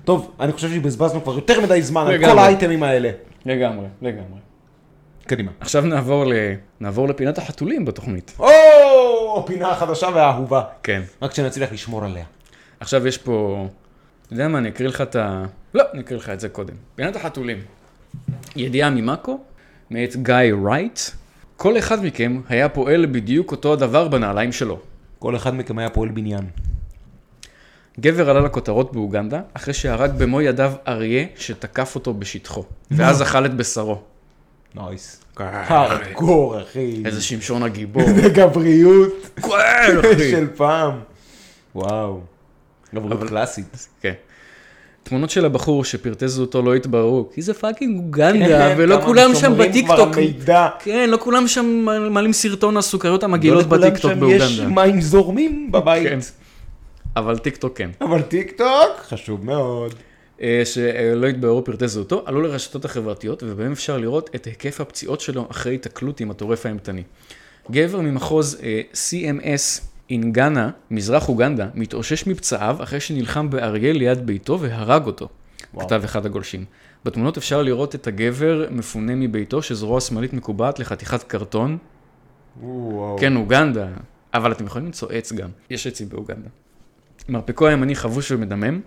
Speaker 3: טוב, אני חושב שבזבזנו כבר יותר מדי זמן על
Speaker 2: לגמרי.
Speaker 3: כל האייטמים האלה.
Speaker 2: לגמרי, לגמרי.
Speaker 3: קדימה.
Speaker 2: עכשיו נעבור, ל... נעבור לפינת החתולים בתוכנית.
Speaker 3: או, הפינה החדשה והאהובה.
Speaker 2: כן.
Speaker 3: רק שנצליח לשמור עליה.
Speaker 2: עכשיו יש פה, אתה יודע מה, אני אקריא לך את ה... לא, אני אקריא לך את זה קודם. פינת החתולים. ידיעה ממאקו, מאת גיא רייט. כל אחד מכם היה פועל בדיוק אותו הדבר בנעליים שלו.
Speaker 3: כל אחד מכם היה פועל בניין.
Speaker 2: גבר עלה לכותרות באוגנדה, אחרי שהרג במו ידיו אריה שתקף אותו בשטחו, ואז אכל את בשרו.
Speaker 3: נייס. אה, הארדקור, אחי.
Speaker 2: איזה שמשון הגיבור.
Speaker 3: זה גבריות אה,
Speaker 2: כן, אחי.
Speaker 3: של פעם. וואו. גבריות קלאסית.
Speaker 2: כן. תמונות של הבחור שפרטי זהותו לא התבררו, כי זה פאקינג אוגנדה, ולא
Speaker 3: כן, כמה
Speaker 2: כולם שם
Speaker 3: שומרים
Speaker 2: בטיקטוק.
Speaker 3: כבר מידע.
Speaker 2: כן, לא כולם שם מעלים סרטון הסוכריות המגעילות
Speaker 3: לא לכולם
Speaker 2: בטיקטוק
Speaker 3: שם יש
Speaker 2: באוגנדה.
Speaker 3: מים זורמים
Speaker 2: כן.
Speaker 3: בבית.
Speaker 2: אבל טיקטוק כן.
Speaker 3: אבל טיק טוק חשוב מאוד.
Speaker 2: אה, שלא התבררו פרטי זהותו, עלו לרשתות החברתיות, ובהם אפשר לראות את היקף הפציעות שלו אחרי התקלות עם הטורף האימתני. גבר ממחוז אה, CMS אינגאנה, מזרח אוגנדה, מתאושש מפצעיו אחרי שנלחם באריה ליד ביתו והרג אותו, וואו. כתב אחד הגולשים. בתמונות אפשר לראות את הגבר מפונה מביתו, שזרועו השמאלית מקובעת לחתיכת קרטון.
Speaker 3: וואו.
Speaker 2: כן, אוגנדה, אבל אתם יכולים למצוא עץ גם. יש עצים באוגנדה. מרפקו הימני חבוש ומדמם,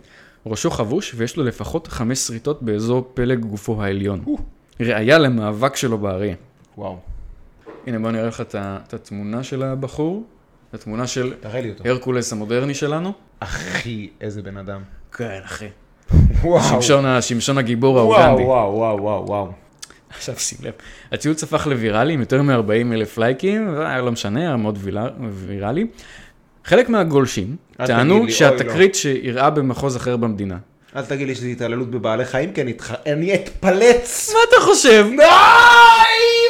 Speaker 2: ראשו חבוש ויש לו לפחות חמש שריטות באזור פלג גופו העליון. ראיה למאבק שלו באריה.
Speaker 3: וואו.
Speaker 2: הנה בוא נראה לך את ה- את התמונה של הבחור, את התמונה של
Speaker 3: תראה לי אותו.
Speaker 2: הרקולס המודרני שלנו.
Speaker 3: אחי, איזה בן אדם.
Speaker 2: כן, אחי.
Speaker 3: וואו.
Speaker 2: שמשון, ה- שמשון הגיבור
Speaker 3: וואו,
Speaker 2: האוגנדי.
Speaker 3: וואו, וואו, וואו, וואו.
Speaker 2: עכשיו שים לב, הציוץ הפך לוויראלי עם יותר מ-40 אלף לייקים, והיה לא משנה, היה מאוד וילה- ויראלי. חלק מהגולשים
Speaker 3: אל
Speaker 2: טענו
Speaker 3: תגיד לי, אוי, לא.
Speaker 2: שהתקרית שאירעה במחוז אחר במדינה.
Speaker 3: אל תגיד לי שזה התעללות בבעלי חיים, כי אני אתח- אני אתפלץ.
Speaker 2: מה אתה חושב?
Speaker 3: די!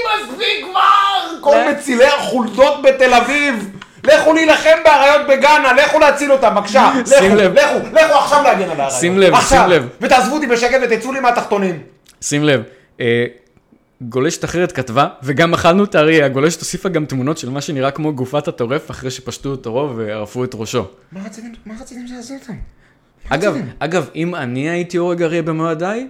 Speaker 3: מספיק כבר! כל מצילי החולדות בתל אביב! לכו להילחם באריות בגאנה, לכו להציל אותם, בבקשה!
Speaker 2: שים
Speaker 3: לכו,
Speaker 2: לב.
Speaker 3: לכו, לכו עכשיו להגן על האריות.
Speaker 2: שים לב,
Speaker 3: עכשיו,
Speaker 2: שים לב.
Speaker 3: ותעזבו אותי בשקט ותצאו לי מהתחתונים.
Speaker 2: שים לב, אה, גולשת אחרת כתבה, וגם אכלנו את האריה, הגולשת הוסיפה גם תמונות של מה שנראה כמו גופת הטורף אחרי שפשטו את עורו וערפו את ראשו.
Speaker 3: מה רציתם, מה רציתם שיעשו אותם?
Speaker 2: אגב, אגב, אם אני הייתי הורג אריה במו ידיי,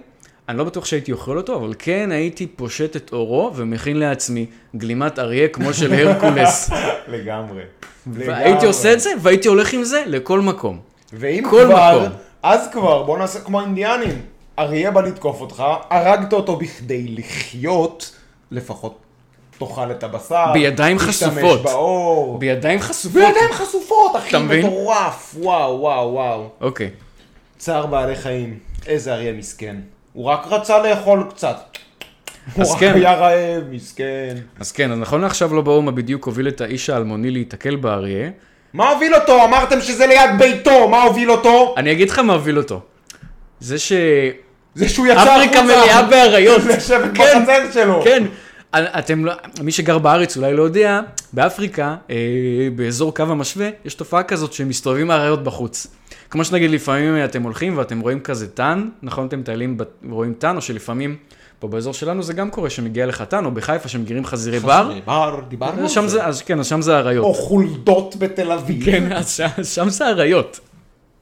Speaker 2: אני לא בטוח שהייתי אוכל אותו, אבל כן הייתי פושט את עורו ומכין לעצמי גלימת אריה כמו של הרקולס.
Speaker 3: לגמרי.
Speaker 2: והייתי עושה את זה, והייתי הולך עם זה לכל מקום.
Speaker 3: ואם
Speaker 2: כל
Speaker 3: כבר,
Speaker 2: מקום.
Speaker 3: אז כבר, בוא נעשה כמו האינדיאנים. אריה בא לתקוף אותך, הרגת אותו בכדי לחיות, לפחות תאכל את הבשר.
Speaker 2: בידיים חשופות.
Speaker 3: תשתמש באור.
Speaker 2: בידיים חשופות.
Speaker 3: בידיים חשופות, אחי,
Speaker 2: אתה מבין?
Speaker 3: מטורף. וואו, וואו, וואו.
Speaker 2: אוקיי.
Speaker 3: צער בעלי חיים. איזה אריה מסכן. הוא רק רצה לאכול קצת. הוא
Speaker 2: אז
Speaker 3: רק
Speaker 2: כן.
Speaker 3: היה רעב, מסכן.
Speaker 2: אז כן, אז נכון לעכשיו לא ברור מה בדיוק הוביל את האיש האלמוני להיתקל באריה.
Speaker 3: מה הוביל אותו? אמרתם שזה ליד ביתו, מה הוביל אותו?
Speaker 2: אני אגיד לך מה הוביל אותו. זה שאפריקה
Speaker 3: זה שהוא יצא החוצה.
Speaker 2: מלאה באריות.
Speaker 3: לשבת
Speaker 2: כן,
Speaker 3: בחצר שלו.
Speaker 2: כן. אל- אתם לא, מי שגר בארץ אולי לא יודע, באפריקה, אה, באזור קו המשווה, יש תופעה כזאת שמסתובבים האריות בחוץ. כמו שנגיד לפעמים אה, אתם הולכים ואתם רואים כזה טן, נכון אתם מטיילים בת- ורואים טן, או שלפעמים פה באזור שלנו זה גם קורה שמגיע לך טן, או בחיפה שמגירים חזירי בר,
Speaker 3: בר, דיברנו
Speaker 2: אז שם
Speaker 3: על זה.
Speaker 2: זה, אז כן, אז שם זה אריות.
Speaker 3: או חולדות בתל אביב.
Speaker 2: כן, אז שם- שם זה אריות.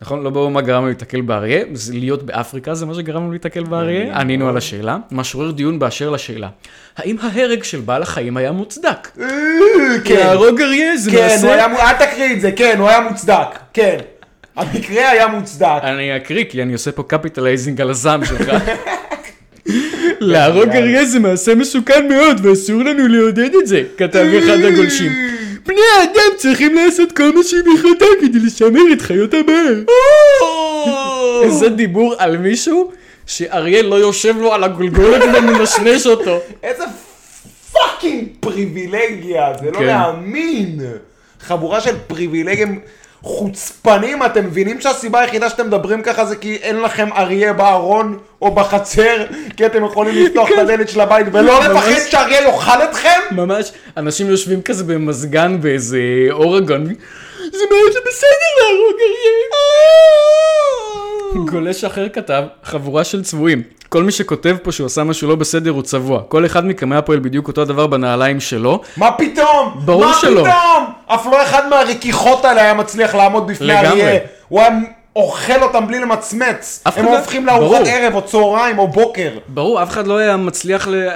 Speaker 2: נכון? לא ברור מה גרם לו להתקל באריה, זה להיות באפריקה זה מה שגרם לו להתקל באריה? ענינו על השאלה. משורר דיון באשר לשאלה. האם ההרג של בעל החיים היה מוצדק? כי
Speaker 3: אה, כן,
Speaker 2: להרוג אריה זה
Speaker 3: כן, הוא
Speaker 2: מעשה...
Speaker 3: היה, מו- אל תקריא את זה, כן, הוא היה מוצדק, כן. המקרה היה מוצדק.
Speaker 2: אני אקריא כי אני עושה פה קפיטלייזינג על הזעם שלך. להרוג אריה זה מעשה מסוכן מאוד ואסור לנו לעודד את זה, כתב אחד הגולשים. בני האדם צריכים לעשות כל מה שביכולתם כדי לשמר את חיות הבר. איזה דיבור על מישהו שאריה לא יושב לו על הגולגולת ומנשנש אותו.
Speaker 3: איזה פאקינג פריבילגיה, זה לא
Speaker 2: כן.
Speaker 3: להאמין. חבורה של פריבילגים חוצפנים, אתם מבינים שהסיבה היחידה שאתם מדברים ככה זה כי אין לכם אריה בארון או בחצר, כי אתם יכולים לפתוח
Speaker 2: כן.
Speaker 3: את הדלת של הבית ולא
Speaker 2: ממש.
Speaker 3: לפחד שאריה יאכל אתכם?
Speaker 2: ממש, אנשים יושבים כזה במזגן באיזה אורגון, זה ממש בסדר להרוג אריה. גולש אחר כתב, חבורה של צבועים. כל מי שכותב פה שהוא עשה משהו לא בסדר הוא צבוע. כל אחד מכם היה פועל בדיוק אותו הדבר בנעליים שלו.
Speaker 3: מה פתאום?
Speaker 2: ברור
Speaker 3: מה
Speaker 2: שלא.
Speaker 3: פתאום? אף לא אחד מהרכיחות האלה היה מצליח לעמוד בפני
Speaker 2: לגמרי.
Speaker 3: אריה. הוא היה אוכל אותם בלי למצמץ.
Speaker 2: אף
Speaker 3: הם
Speaker 2: אחד לא-
Speaker 3: הופכים לארוחת
Speaker 2: ברור.
Speaker 3: ערב או צהריים או בוקר.
Speaker 2: ברור, אף אחד לא היה מצליח ל...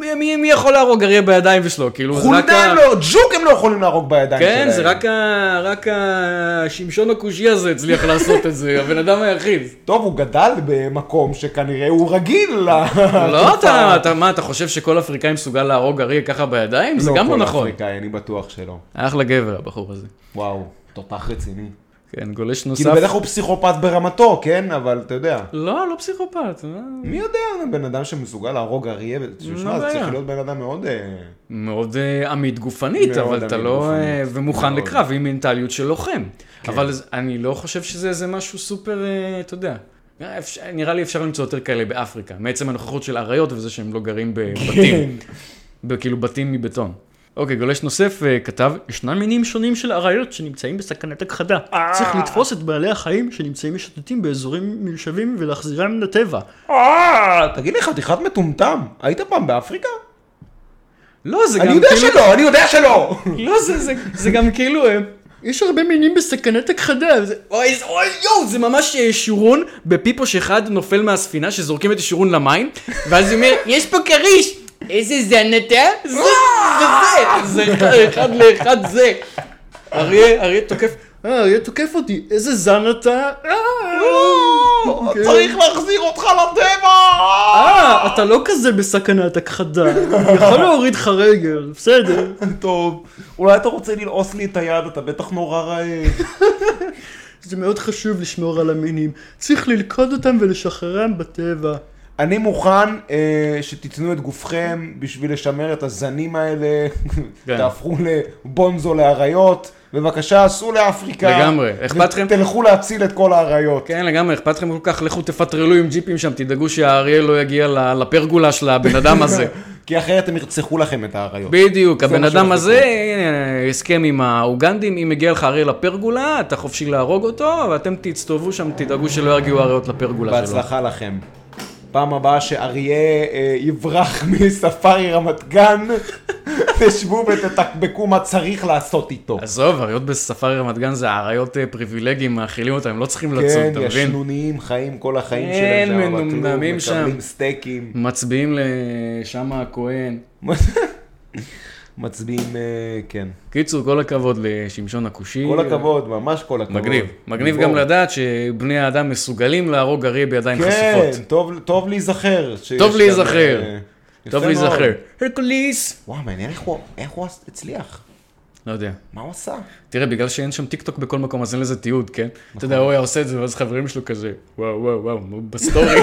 Speaker 2: מי- מי, מי יכול להרוג אריה בידיים שלו? כאילו, זה רק
Speaker 3: חולדה
Speaker 2: ה...
Speaker 3: הם לא, ג'וק הם לא יכולים להרוג בידיים שלהם.
Speaker 2: כן, זה רק ה... רק השמשון הכושי הזה הצליח לעשות את זה, הבן אדם היחיד.
Speaker 3: טוב, הוא גדל במקום שכנראה הוא רגיל ל...
Speaker 2: לא, אתה, אתה, מה, אתה חושב שכל אפריקאי מסוגל להרוג אריה ככה בידיים? זה גם לא
Speaker 3: כל
Speaker 2: נכון.
Speaker 3: אפריקאי, אני בטוח שלא.
Speaker 2: אחלה גבר הבחור הזה.
Speaker 3: וואו, תותח רציני.
Speaker 2: כן, גולש
Speaker 3: כאילו,
Speaker 2: נוסף.
Speaker 3: בטח הוא פסיכופת ברמתו, כן? אבל אתה יודע.
Speaker 2: לא, לא פסיכופת. לא.
Speaker 3: מי יודע, בן אדם שמסוגל להרוג אריה, שמע, זה
Speaker 2: בעיה.
Speaker 3: צריך להיות בן אדם מאוד... אה,
Speaker 2: מאוד אה, עמית גופנית,
Speaker 3: מאוד
Speaker 2: אבל אתה
Speaker 3: עמית
Speaker 2: לא...
Speaker 3: גופנית.
Speaker 2: אה, ומוכן
Speaker 3: מאוד. כן.
Speaker 2: לקרב עם מנטליות של לוחם. אבל זה- אני לא חושב שזה איזה משהו סופר, אה, אתה יודע. נראה אפשר- נראה לי אפשר למצוא יותר כאלה באפריקה, מעצם הנוכחות של אריות וזה שהם לא גרים
Speaker 3: כן.
Speaker 2: בבתים. כאילו בתים מבטון. אוקיי, גולש נוסף אה, כתב, ישנם מינים שונים של אריות שנמצאים בסכנת הכחדה.
Speaker 3: אה.
Speaker 2: צריך לתפוס את בעלי החיים שנמצאים משוטטים באזורים מיושבים ולהחזירם לטבע.
Speaker 3: תגיד לי, חתיכת מטומטם, היית פעם באפריקה?
Speaker 2: לא, זה גם
Speaker 3: אני
Speaker 2: כאילו...
Speaker 3: יודע שלא, אני יודע שלא!
Speaker 2: לא, זה, זה, זה גם כאילו, אה, יש הרבה מינים בסכנת הכחדה. זה- אוי, זה- אוי, יואו, זה ממש אה, שורון בפיפוש אחד נופל מהספינה שזורקים את השורון למים, ואז הוא אומר, יש פה כריש! איזה אה?" זן אתה? זה, זה, זה, זה אה, אחד לאחד זה. אריה, אריה תוקף, אה, אריה תוקף אותי, איזה זן אתה? אה, כן.
Speaker 3: צריך להחזיר אותך לטבע!
Speaker 2: אה, אתה לא כזה בסכנת הכחדה, אני יכול להוריד לך רגל, בסדר.
Speaker 3: טוב, אולי אתה רוצה ללעוס לי את היד, אתה בטח נורא רעב.
Speaker 2: זה מאוד חשוב לשמור על המינים. צריך ללכוד אותם ולשחררם בטבע.
Speaker 3: אני מוכן אה, שתיתנו את גופכם בשביל לשמר את הזנים האלה,
Speaker 2: כן.
Speaker 3: תהפכו לבונזו לאריות, בבקשה, סעו לאפריקה.
Speaker 2: לגמרי, אכפת לכם?
Speaker 3: תלכו להציל את כל האריות.
Speaker 2: כן, לגמרי, אכפת לכם כל כך, לכו תפטרלו עם ג'יפים שם, תדאגו שהאריה לא יגיע ל- לפרגולה של הבן אדם הזה.
Speaker 3: כי אחרת הם ירצחו לכם את האריות.
Speaker 2: בדיוק,
Speaker 3: זה
Speaker 2: הבן
Speaker 3: מה
Speaker 2: אדם
Speaker 3: שהולך
Speaker 2: הזה, אה, הסכם עם האוגנדים, אם מגיע לך אריה לפרגולה, אתה חופשי להרוג אותו, ואתם תצטובו שם, תדאגו שלא יגיעו האריות לפרגולה שלו.
Speaker 3: בהצלחה לכם. פעם הבאה שאריה אה, יברח מספארי רמת גן, תשבו ותתקבקו מה צריך לעשות איתו.
Speaker 2: עזוב, אריות בספארי רמת גן זה אריות אה, פריבילגיים, מאכילים אותם, הם לא צריכים לצום,
Speaker 3: כן,
Speaker 2: אתה מבין?
Speaker 3: ישנוניים חיים כל החיים
Speaker 2: אין
Speaker 3: שלהם שם, אבל כלום,
Speaker 2: מנומנמים שם.
Speaker 3: מקבלים סטייקים,
Speaker 2: מצביעים לשם הכהן.
Speaker 3: מצביעים, אה, כן.
Speaker 2: קיצור, כל הכבוד לשמשון הכושי.
Speaker 3: כל הכבוד, ממש כל הכבוד.
Speaker 2: מגניב. מגניב גם
Speaker 3: גיבור.
Speaker 2: לדעת שבני האדם מסוגלים להרוג אריה בידיים
Speaker 3: כן,
Speaker 2: חשופות.
Speaker 3: טוב- טוב להיזכר. שיש
Speaker 2: טוב
Speaker 3: כאן,
Speaker 2: להיזכר.
Speaker 3: אה, יפה
Speaker 2: טוב
Speaker 3: מאוד.
Speaker 2: להיזכר. הרקוליס!
Speaker 3: וואי, מעניין איך הוא- איך הוא הצליח.
Speaker 2: לא יודע.
Speaker 3: מה הוא עשה?
Speaker 2: תראה, בגלל שאין שם טיק טוק בכל מקום, אז אין לזה תיעוד, כן? אתה
Speaker 3: נכון.
Speaker 2: יודע, הוא היה עושה את זה, ואז חברים שלו כזה, וואו, וואו, וואו, נו, בסטורי.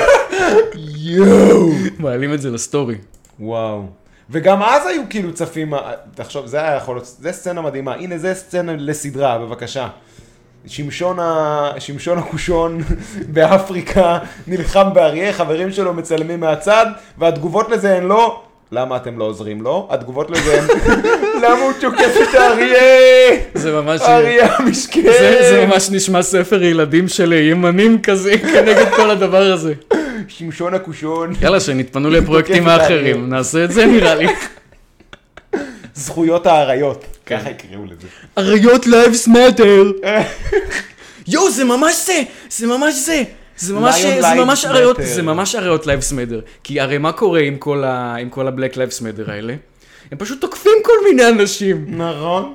Speaker 3: יואו!
Speaker 2: מעלים את זה לסטורי.
Speaker 3: וואו. וגם אז היו כאילו צפים, אה, תחשוב, זה היה יכול להיות, זה סצנה מדהימה. הנה, זה סצנה לסדרה, בבקשה. שמשון, ה... שמשון הקושון באפריקה נלחם באריה, חברים שלו מצלמים מהצד, והתגובות לזה הן לא, למה אתם לא עוזרים לו? התגובות לזה הן, למה הוא תוקף את האריה?
Speaker 2: זה ממש... אה,
Speaker 3: האריה המשכן.
Speaker 2: זה, זה ממש נשמע ספר ילדים של ימנים כזה, כנגד כל הדבר הזה.
Speaker 3: שמשון הקושון,
Speaker 2: יאללה, שנתפנו לפרויקטים
Speaker 3: תוקף את
Speaker 2: האחרים,
Speaker 3: האריה.
Speaker 2: נעשה את זה נראה לי.
Speaker 3: זכויות האריות.
Speaker 2: כן.
Speaker 3: ככה יקראו לזה.
Speaker 2: אריות לייבס מטר. יואו, זה ממש זה, זה ממש זה. זה ממש,
Speaker 3: Lion
Speaker 2: זה
Speaker 3: Lives
Speaker 2: ממש אריות,
Speaker 3: Matter.
Speaker 2: זה ממש אריות לייבס מדר. כי הרי מה קורה עם כל, ה, עם כל הבלק לייבס מדר האלה? הם פשוט תוקפים כל מיני אנשים.
Speaker 3: נכון.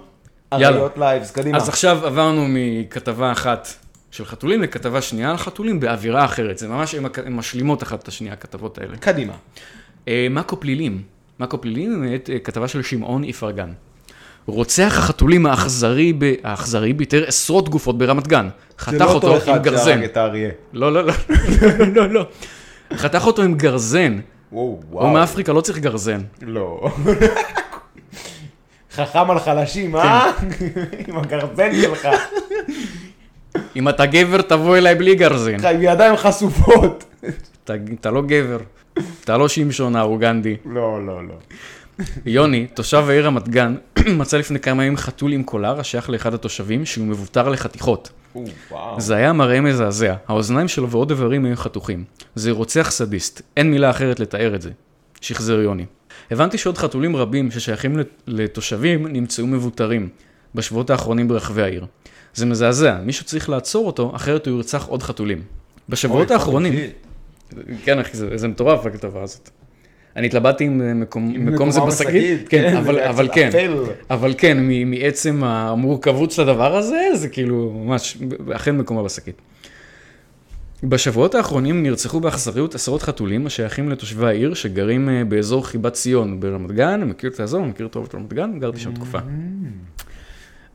Speaker 2: יאללה.
Speaker 3: אריות לייבס, קדימה.
Speaker 2: אז עכשיו עברנו מכתבה אחת של חתולים לכתבה שנייה על חתולים באווירה אחרת. זה ממש, הן הק- הן משלימות אחת את השנייה, הכתבות האלה.
Speaker 3: קדימה.
Speaker 2: אה, מאקו פלילים. מאקו פלילים, באמת, אה, כתבה של שמעון איפרגן. רוצח החתולים האכזרי, ב... האכזרי ביטר עשרות גופות ברמת גן.
Speaker 3: זה
Speaker 2: חתך
Speaker 3: לא
Speaker 2: אותו
Speaker 3: אותו
Speaker 2: עם
Speaker 3: אחד
Speaker 2: גרזן.
Speaker 3: שהרג את האריה.
Speaker 2: לא, לא, לא. לא, לא. חתך אותו עם גרזן.
Speaker 3: וואו, וואו.
Speaker 2: הוא מאפריקה, לא צריך גרזן.
Speaker 3: לא. חכם על חלשים,
Speaker 1: כן.
Speaker 3: אה? עם הגרזן שלך.
Speaker 2: אם אתה גבר, תבוא אליי בלי גרזן.
Speaker 3: אתה עם ידיים חשופות.
Speaker 2: אתה, אתה לא גבר. אתה לא שמשון האוגנדי.
Speaker 3: לא, לא, לא.
Speaker 2: כן. יוני, תושב העיר רמת גן, מצא לפני כמה ימים חתול עם קולר השייך לאחד התושבים שהוא מבוטר לחתיכות.
Speaker 3: או, וואו.
Speaker 2: זה היה מראה מזעזע, האוזניים שלו ועוד איברים היו חתוכים. זה רוצח סדיסט, אין מילה אחרת לתאר את זה. שחזר יוני. הבנתי שעוד חתולים רבים ששייכים לת- לתושבים נמצאו מבותרים בשבועות האחרונים ברחבי העיר. זה מזעזע, מישהו צריך לעצור אותו, אחרת הוא ירצח עוד חתולים. בשבועות האחרונים... כן, אחי, זה, זה מטורף הכתבה הזאת. אני התלבטתי אם אה, מקום, מקום זה
Speaker 3: מקומה
Speaker 2: בשקית, כן, אבל,
Speaker 3: זה
Speaker 2: אבל
Speaker 3: קצת
Speaker 2: כן,
Speaker 3: אפל.
Speaker 2: אבל כן, מ- מעצם המורכבות של הדבר הזה, זה כאילו ממש, אכן מקומה בשקית. בשבועות האחרונים נרצחו באכזריות עשרות חתולים השייכים לתושבי העיר שגרים אה, באזור חיבת ציון ברמת גן, אני מכיר את האזור, אני מכיר טוב את רמת גן, גרתי שם תקופה.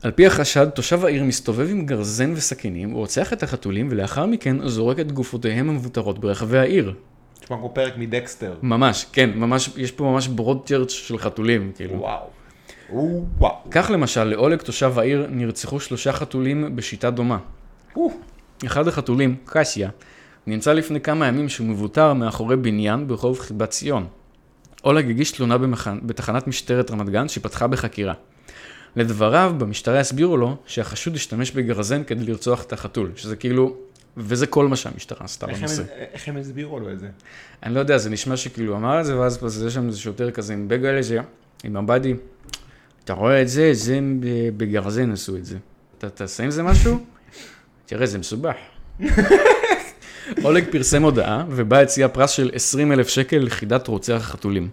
Speaker 2: על פי החשד, תושב העיר מסתובב עם גרזן וסכינים, הוא רוצח את החתולים ולאחר מכן זורק את גופותיהם המבותרות ברחבי העיר.
Speaker 1: נשמע כמו פרק מדקסטר.
Speaker 2: ממש, כן, ממש, יש פה ממש ברוד צ'רץ' של חתולים, כאילו.
Speaker 1: וואו. או, וואו.
Speaker 2: כך למשל, לאולג תושב העיר נרצחו שלושה חתולים בשיטה דומה. אחד החתולים, קסיה, נמצא לפני כמה ימים שהוא מבוטר מאחורי בניין ברחוב חיבת ציון. אולג הגיש תלונה במח... בתחנת משטרת רמת גן שפתחה בחקירה. לדבריו, במשטרה הסבירו לו שהחשוד השתמש בגרזן כדי לרצוח את החתול, שזה כאילו... וזה כל מה שהמשטרה עשתה
Speaker 1: איך
Speaker 2: בנושא.
Speaker 1: הם- איך הם הסבירו לו את זה?
Speaker 2: אני לא יודע, זה נשמע שכאילו אמר את זה, ואז פה זה- יש שם איזה שוטר כזה עם בגלה, ש... עם הבאדי. אתה רואה את זה, זה הם ב- בגרזן עשו את זה. אתה תעשה עם זה משהו? תראה, זה מסובך. אולג פרסם הודעה, ובה הציע פרס של 20 אלף שקל ליחידת רוצח החתולים.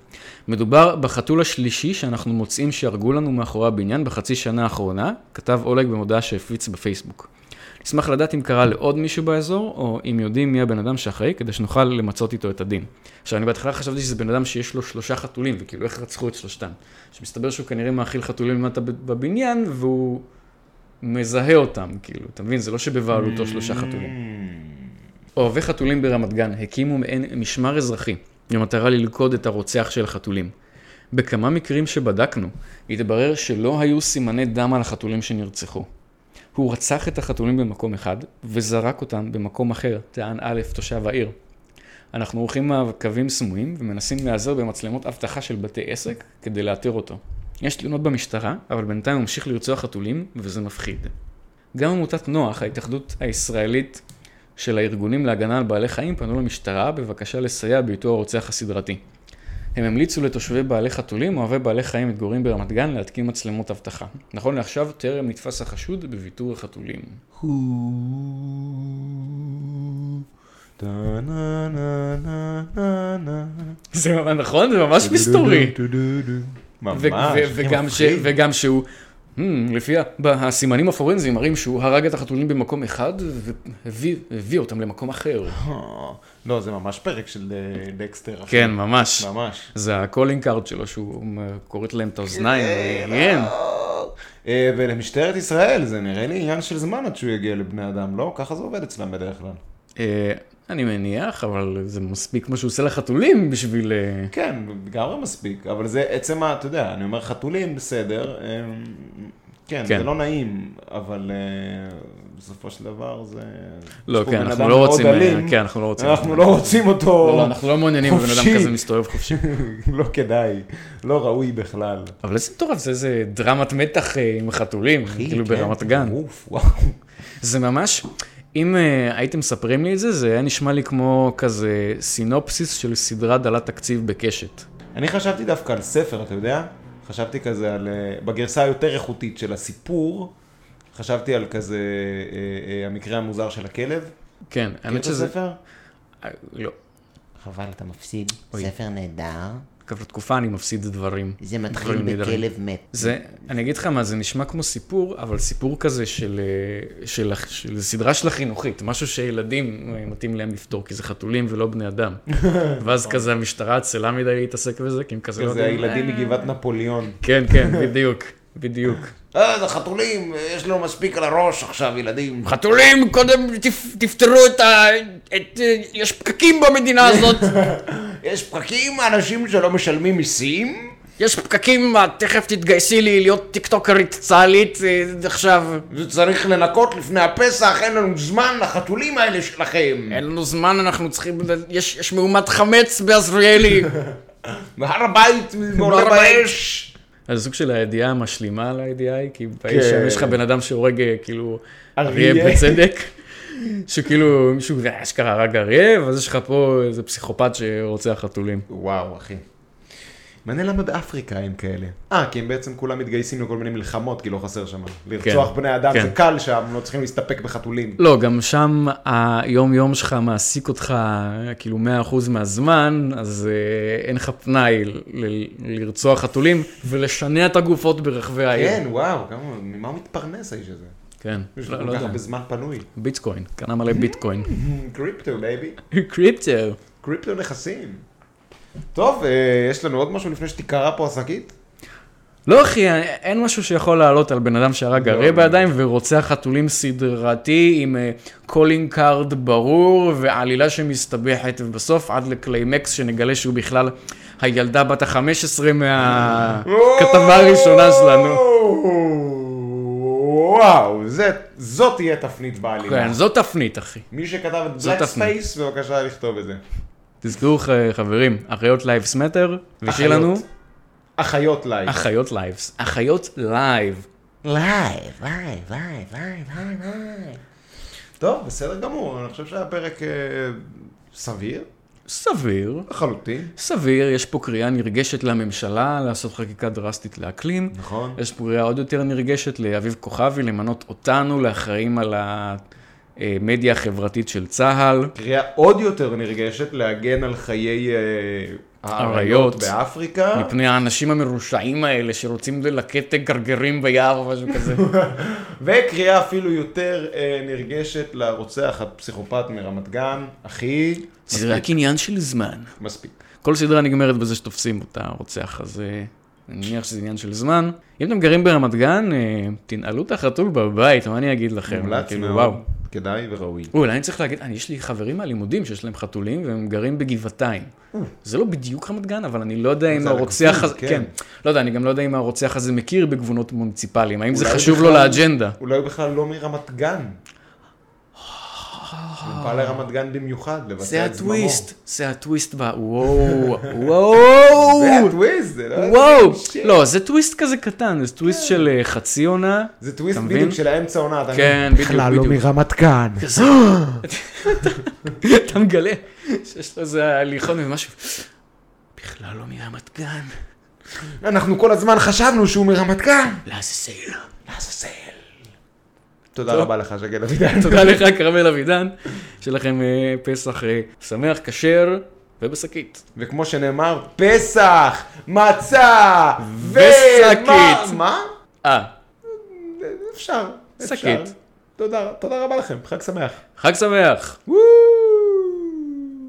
Speaker 2: מדובר בחתול השלישי שאנחנו מוצאים שהרגו לנו מאחורי הבניין בחצי שנה האחרונה, כתב אולג במודעה שהפיץ בפייסבוק. נשמח לדעת אם קרה לעוד מישהו באזור, או אם יודעים מי הבן אדם שאחראי, כדי שנוכל למצות איתו את הדין. עכשיו, אני בהתחלה חשבתי שזה בן אדם שיש לו שלושה חתולים, וכאילו, איך רצחו את שלושתם? שמסתבר שהוא כנראה מאכיל חתולים למטה בב- בבניין, והוא מזהה אותם, כאילו, אתה מבין? זה לא שבבעלותו
Speaker 1: Mm.
Speaker 2: שלושה חתולים. אוהבי חתולים ברמת גן הקימו מעין משמר אזרחי, במטרה ללכוד את הרוצח של החתולים. בכמה מקרים שבדקנו, התברר שלא היו סימני דם על החתולים שנרצחו. הוא רצח את החתולים במקום אחד, וזרק אותם במקום אחר, טען א', תושב העיר. אנחנו עורכים מעקבים סמויים, ומנסים להיעזר במצלמות אבטחה של בתי עסק, כדי לאתר אותו. יש תלונות במשטרה, אבל בינתיים הוא ממשיך לרצוח חתולים, וזה מפחיד. גם עמותת נוח, ההתאחדות הישראלית של הארגונים להגנה על בעלי חיים, פנו למשטרה בבקשה לסייע באיתור הרוצח הסדרתי. הם המליצו לתושבי בעלי חתולים, אוהבי בעלי חיים מתגוררים ברמת גן, להתקין מצלמות אבטחה. נכון לעכשיו, טרם נתפס החשוד בוויתור החתולים. זה ממש נכון, זה ממש מסתורי.
Speaker 1: ממש,
Speaker 2: ו- ו- וגם ש- וגם שהוא, "Hmm, לפי ה- ב- הסימנים הפורנזיים מראים שהוא הרג את החתולים במקום אחד והביא הביא אותם למקום אחר.
Speaker 1: לא, זה ממש פרק של אה, דקסטר. אחי.
Speaker 2: כן, ממש.
Speaker 1: ממש.
Speaker 2: זה הקולינג קארד שלו, שהוא אה, כורת להם את האוזניים. כן.
Speaker 1: אה, ולמשטרת ישראל, זה נראה לי עניין של זמן עד שהוא יגיע לבני אדם, לא? ככה זה עובד אצלם בדרך כלל.
Speaker 2: אה, אני מניח, אבל זה מספיק מה שהוא עושה לחתולים בשביל... אה,
Speaker 1: כן, לגמרי מספיק, אבל זה עצם ה... אתה יודע, אני אומר חתולים, בסדר. אה, כן,
Speaker 2: כן.
Speaker 1: זה לא נעים, אבל אה, בסופו של דבר זה...
Speaker 2: לא,
Speaker 1: יש פה
Speaker 2: כן,
Speaker 1: בן
Speaker 2: אנחנו
Speaker 1: אדם
Speaker 2: לא
Speaker 1: מאוד
Speaker 2: רוצים... אה,
Speaker 1: אלים,
Speaker 2: כן, אנחנו לא רוצים.
Speaker 1: אנחנו לא רוצים
Speaker 2: לא, לא,
Speaker 1: אותו,
Speaker 2: אנחנו לא מעוניינים בבן אדם
Speaker 1: חופשי.
Speaker 2: כזה מסתובב חופשי.
Speaker 1: לא כדאי, לא ראוי בכלל.
Speaker 2: אבל איזה מטורף, זה איזה דרמת מתח אה, עם חתולים, כאילו
Speaker 1: כן,
Speaker 2: ברמת גן.
Speaker 1: טירוף, וואו.
Speaker 2: זה ממש, אם אה, הייתם מספרים לי את זה, זה היה נשמע לי כמו כזה סינופסיס של סדרה דלת תקציב בקשת.
Speaker 1: אני חשבתי דווקא על ספר, אתה יודע? חשבתי כזה על... אה, בגרסה היותר איכותית של הסיפור, חשבתי על כזה אה, אה, המקרה המוזר של הכלב.
Speaker 2: כן, האמת
Speaker 1: מכיר את
Speaker 2: שזה...
Speaker 1: הספר?
Speaker 2: אה, לא.
Speaker 5: חבל, אתה מפסיד. ספר נהדר,
Speaker 2: כבר תקופה אני מפסיד דברים.
Speaker 5: זה מתחיל
Speaker 2: דברים נהדרים.
Speaker 5: בכלב מת.
Speaker 2: זה, אני אגיד לך מה, זה נשמע כמו סיפור, אבל סיפור כזה של, אה, של, של, של סדרה של החינוכית, משהו שילדים אה, מתאים להם לפתור, כי זה חתולים ולא בני אדם. ואז כזה המשטרה עצלה מדי להתעסק בזה, כי הם כזה לא
Speaker 1: כזה
Speaker 2: יודעים.
Speaker 1: הילדים מגבעת נפוליאון.
Speaker 2: כן, כן, בדיוק, בדיוק.
Speaker 5: אה, זה חתולים, יש לו מספיק על הראש עכשיו, ילדים.
Speaker 2: חתולים, קודם תפ- תפתרו את ה... את... אה, יש פקקים במדינה הזאת,
Speaker 5: יש פקקים, אנשים שלא משלמים מיסים?
Speaker 2: יש פקקים, מה, תכף תתגייסי לי להיות טיקטוקרית צה"לית אה, עכשיו.
Speaker 5: זה צריך לנקות לפני הפסח, אין לנו זמן לחתולים האלה שלכם.
Speaker 2: אין לנו זמן, אנחנו צריכים... יש, יש מהומת חמץ בעזריאלי.
Speaker 5: והר הבית, מעולם
Speaker 2: הבית.
Speaker 5: האש.
Speaker 2: אז סוג של הידיעה המשלימה על הידיעה היא, כי באיש שם יש לך בן אדם שהורג אה, כאילו
Speaker 1: כן. אריה.
Speaker 2: אריה בצדק, שכאילו מישהו אה, אשכרה הרג אריה, ואז יש לך פה איזה פסיכופת שרוצח חתולים.
Speaker 1: וואו, אחי. מעניין למה באפריקה הם כאלה. אה, כי הם בעצם כולם מתגייסים לכל מיני מלחמות, כי לא חסר שם. לרצוח
Speaker 2: כן,
Speaker 1: בני אדם
Speaker 2: כן.
Speaker 1: זה קל שם, לא צריכים להסתפק בחתולים.
Speaker 2: לא, גם שם היום-יום שלך מעסיק אותך כאילו 100% מהזמן, אז אה, אין לך פנאי ל- ל- לרצוח חתולים ולשנע את הגופות ברחבי העיר.
Speaker 1: כן, וואו, כמה, ממה הוא מתפרנס האיש הזה?
Speaker 2: כן,
Speaker 1: יש לו
Speaker 2: לא לא
Speaker 1: כל כך
Speaker 2: יודע.
Speaker 1: הרבה זמן פנוי.
Speaker 2: ביטקוין, קנה מלא ביטקוין.
Speaker 1: קריפטו, בייבי.
Speaker 2: קריפטו.
Speaker 1: קריפטו נכסים. טוב, אה, יש לנו עוד משהו לפני שתיקרע פה השקית?
Speaker 2: לא אחי, אין משהו שיכול לעלות על בן אדם שהרג הרי בידיים ורוצח חתולים סדרתי עם קולינג קארד ברור ועלילה שמסתבכת ובסוף עד לקליימקס שנגלה שהוא בכלל הילדה בת ה-15 מהכתבה הראשונה שלנו.
Speaker 1: וואו, זה- זאת תהיה תפנית בעלילה.
Speaker 2: כן, זו תפנית אחי.
Speaker 1: מי שכתב את
Speaker 2: זאת
Speaker 1: בלק
Speaker 2: תפנית.
Speaker 1: ספייס, בבקשה לכתוב את זה.
Speaker 2: תזכרו ח- חברים, אחיות לייבס מטר, ושיהיה
Speaker 1: אחיות.
Speaker 2: לנו
Speaker 1: אחיות לייב.
Speaker 2: אחיות לייבס, אחיות לייב.
Speaker 5: לייב, לייב, לייב, לייב, לייב, לייב.
Speaker 1: טוב, בסדר גמור, אני חושב שהיה פרק אה, סביר
Speaker 2: סביר.
Speaker 1: לחלוטין.
Speaker 2: סביר, יש פה קריאה נרגשת לממשלה לעשות חקיקה דרסטית לאקלים.
Speaker 1: נכון.
Speaker 2: יש פה קריאה עוד יותר נרגשת לאביב כוכבי למנות אותנו לאחראים על המדיה החברתית של צה"ל.
Speaker 1: קריאה עוד יותר נרגשת להגן על חיי אה,
Speaker 2: אריות.
Speaker 1: האריות באפריקה.
Speaker 2: מפני האנשים המרושעים האלה שרוצים ללקט גרגרים ביער או משהו כזה.
Speaker 1: וקריאה אפילו יותר אה, נרגשת לרוצח הפסיכופת מרמת גן, אחי,
Speaker 2: זה רק עניין של זמן.
Speaker 1: מספיק.
Speaker 2: כל סדרה נגמרת בזה שתופסים את הרוצח, אז אה, אני מניח שזה עניין של זמן. אם אתם גרים ברמת גן, אה, תנעלו את החתול בבית, מה אני אגיד לכם?
Speaker 1: מומלץ
Speaker 2: כאילו,
Speaker 1: מאוד,
Speaker 2: וואו.
Speaker 1: כדאי וראוי.
Speaker 2: אוי, אולי אני צריך להגיד, אני, יש לי חברים מהלימודים שיש להם חתולים והם גרים בגבעתיים. זה לא בדיוק רמת גן, אבל אני לא יודע אם
Speaker 1: זה על
Speaker 2: הרוצח
Speaker 1: הגבול,
Speaker 2: הזה,
Speaker 1: כן.
Speaker 2: כן, לא יודע, אני גם לא יודע אם הרוצח הזה מכיר בגבולות מוניציפליים, האם זה
Speaker 1: אולי הוא
Speaker 2: חשוב לו
Speaker 1: בכלל-
Speaker 2: לאג'נדה.
Speaker 1: אולי הוא בכלל לא מרמת גן. הוא בא לרמת גן במיוחד, לבצע את
Speaker 2: זה
Speaker 1: זממו.
Speaker 2: הטוויסט, זה הטוויסט ב... וואו, וואו,
Speaker 1: זה הטוויסט, זה לא...
Speaker 2: וואו,
Speaker 1: שיט.
Speaker 2: לא, זה טוויסט כזה קטן, זה טוויסט של אה, חצי עונה.
Speaker 1: זה טוויסט
Speaker 2: אתה מבין?
Speaker 1: בדיוק של האמצע עונה. אתה מבין?
Speaker 2: כן, בדיוק, בדיוק.
Speaker 3: מרמת גן.
Speaker 2: אתה מגלה שיש לו איזה הליכון ומשהו. בכלל לא מרמת גן,
Speaker 3: אנחנו כל הזמן חשבנו שהוא מרמת גן.
Speaker 2: לעזאזל.
Speaker 1: תודה רבה לך, שגל אבידן.
Speaker 2: תודה לך, כרמל אבידן. שיהיה לכם אה, פסח אה, שמח, כשר ובשקית.
Speaker 1: וכמו שנאמר, פסח, מצה,
Speaker 2: ושקית.
Speaker 1: ומה- מה?
Speaker 2: אה,
Speaker 1: אפשר. אפשר.
Speaker 2: שקית.
Speaker 1: תודה תודה רבה לכם, חג שמח.
Speaker 2: חג שמח.
Speaker 1: וואו.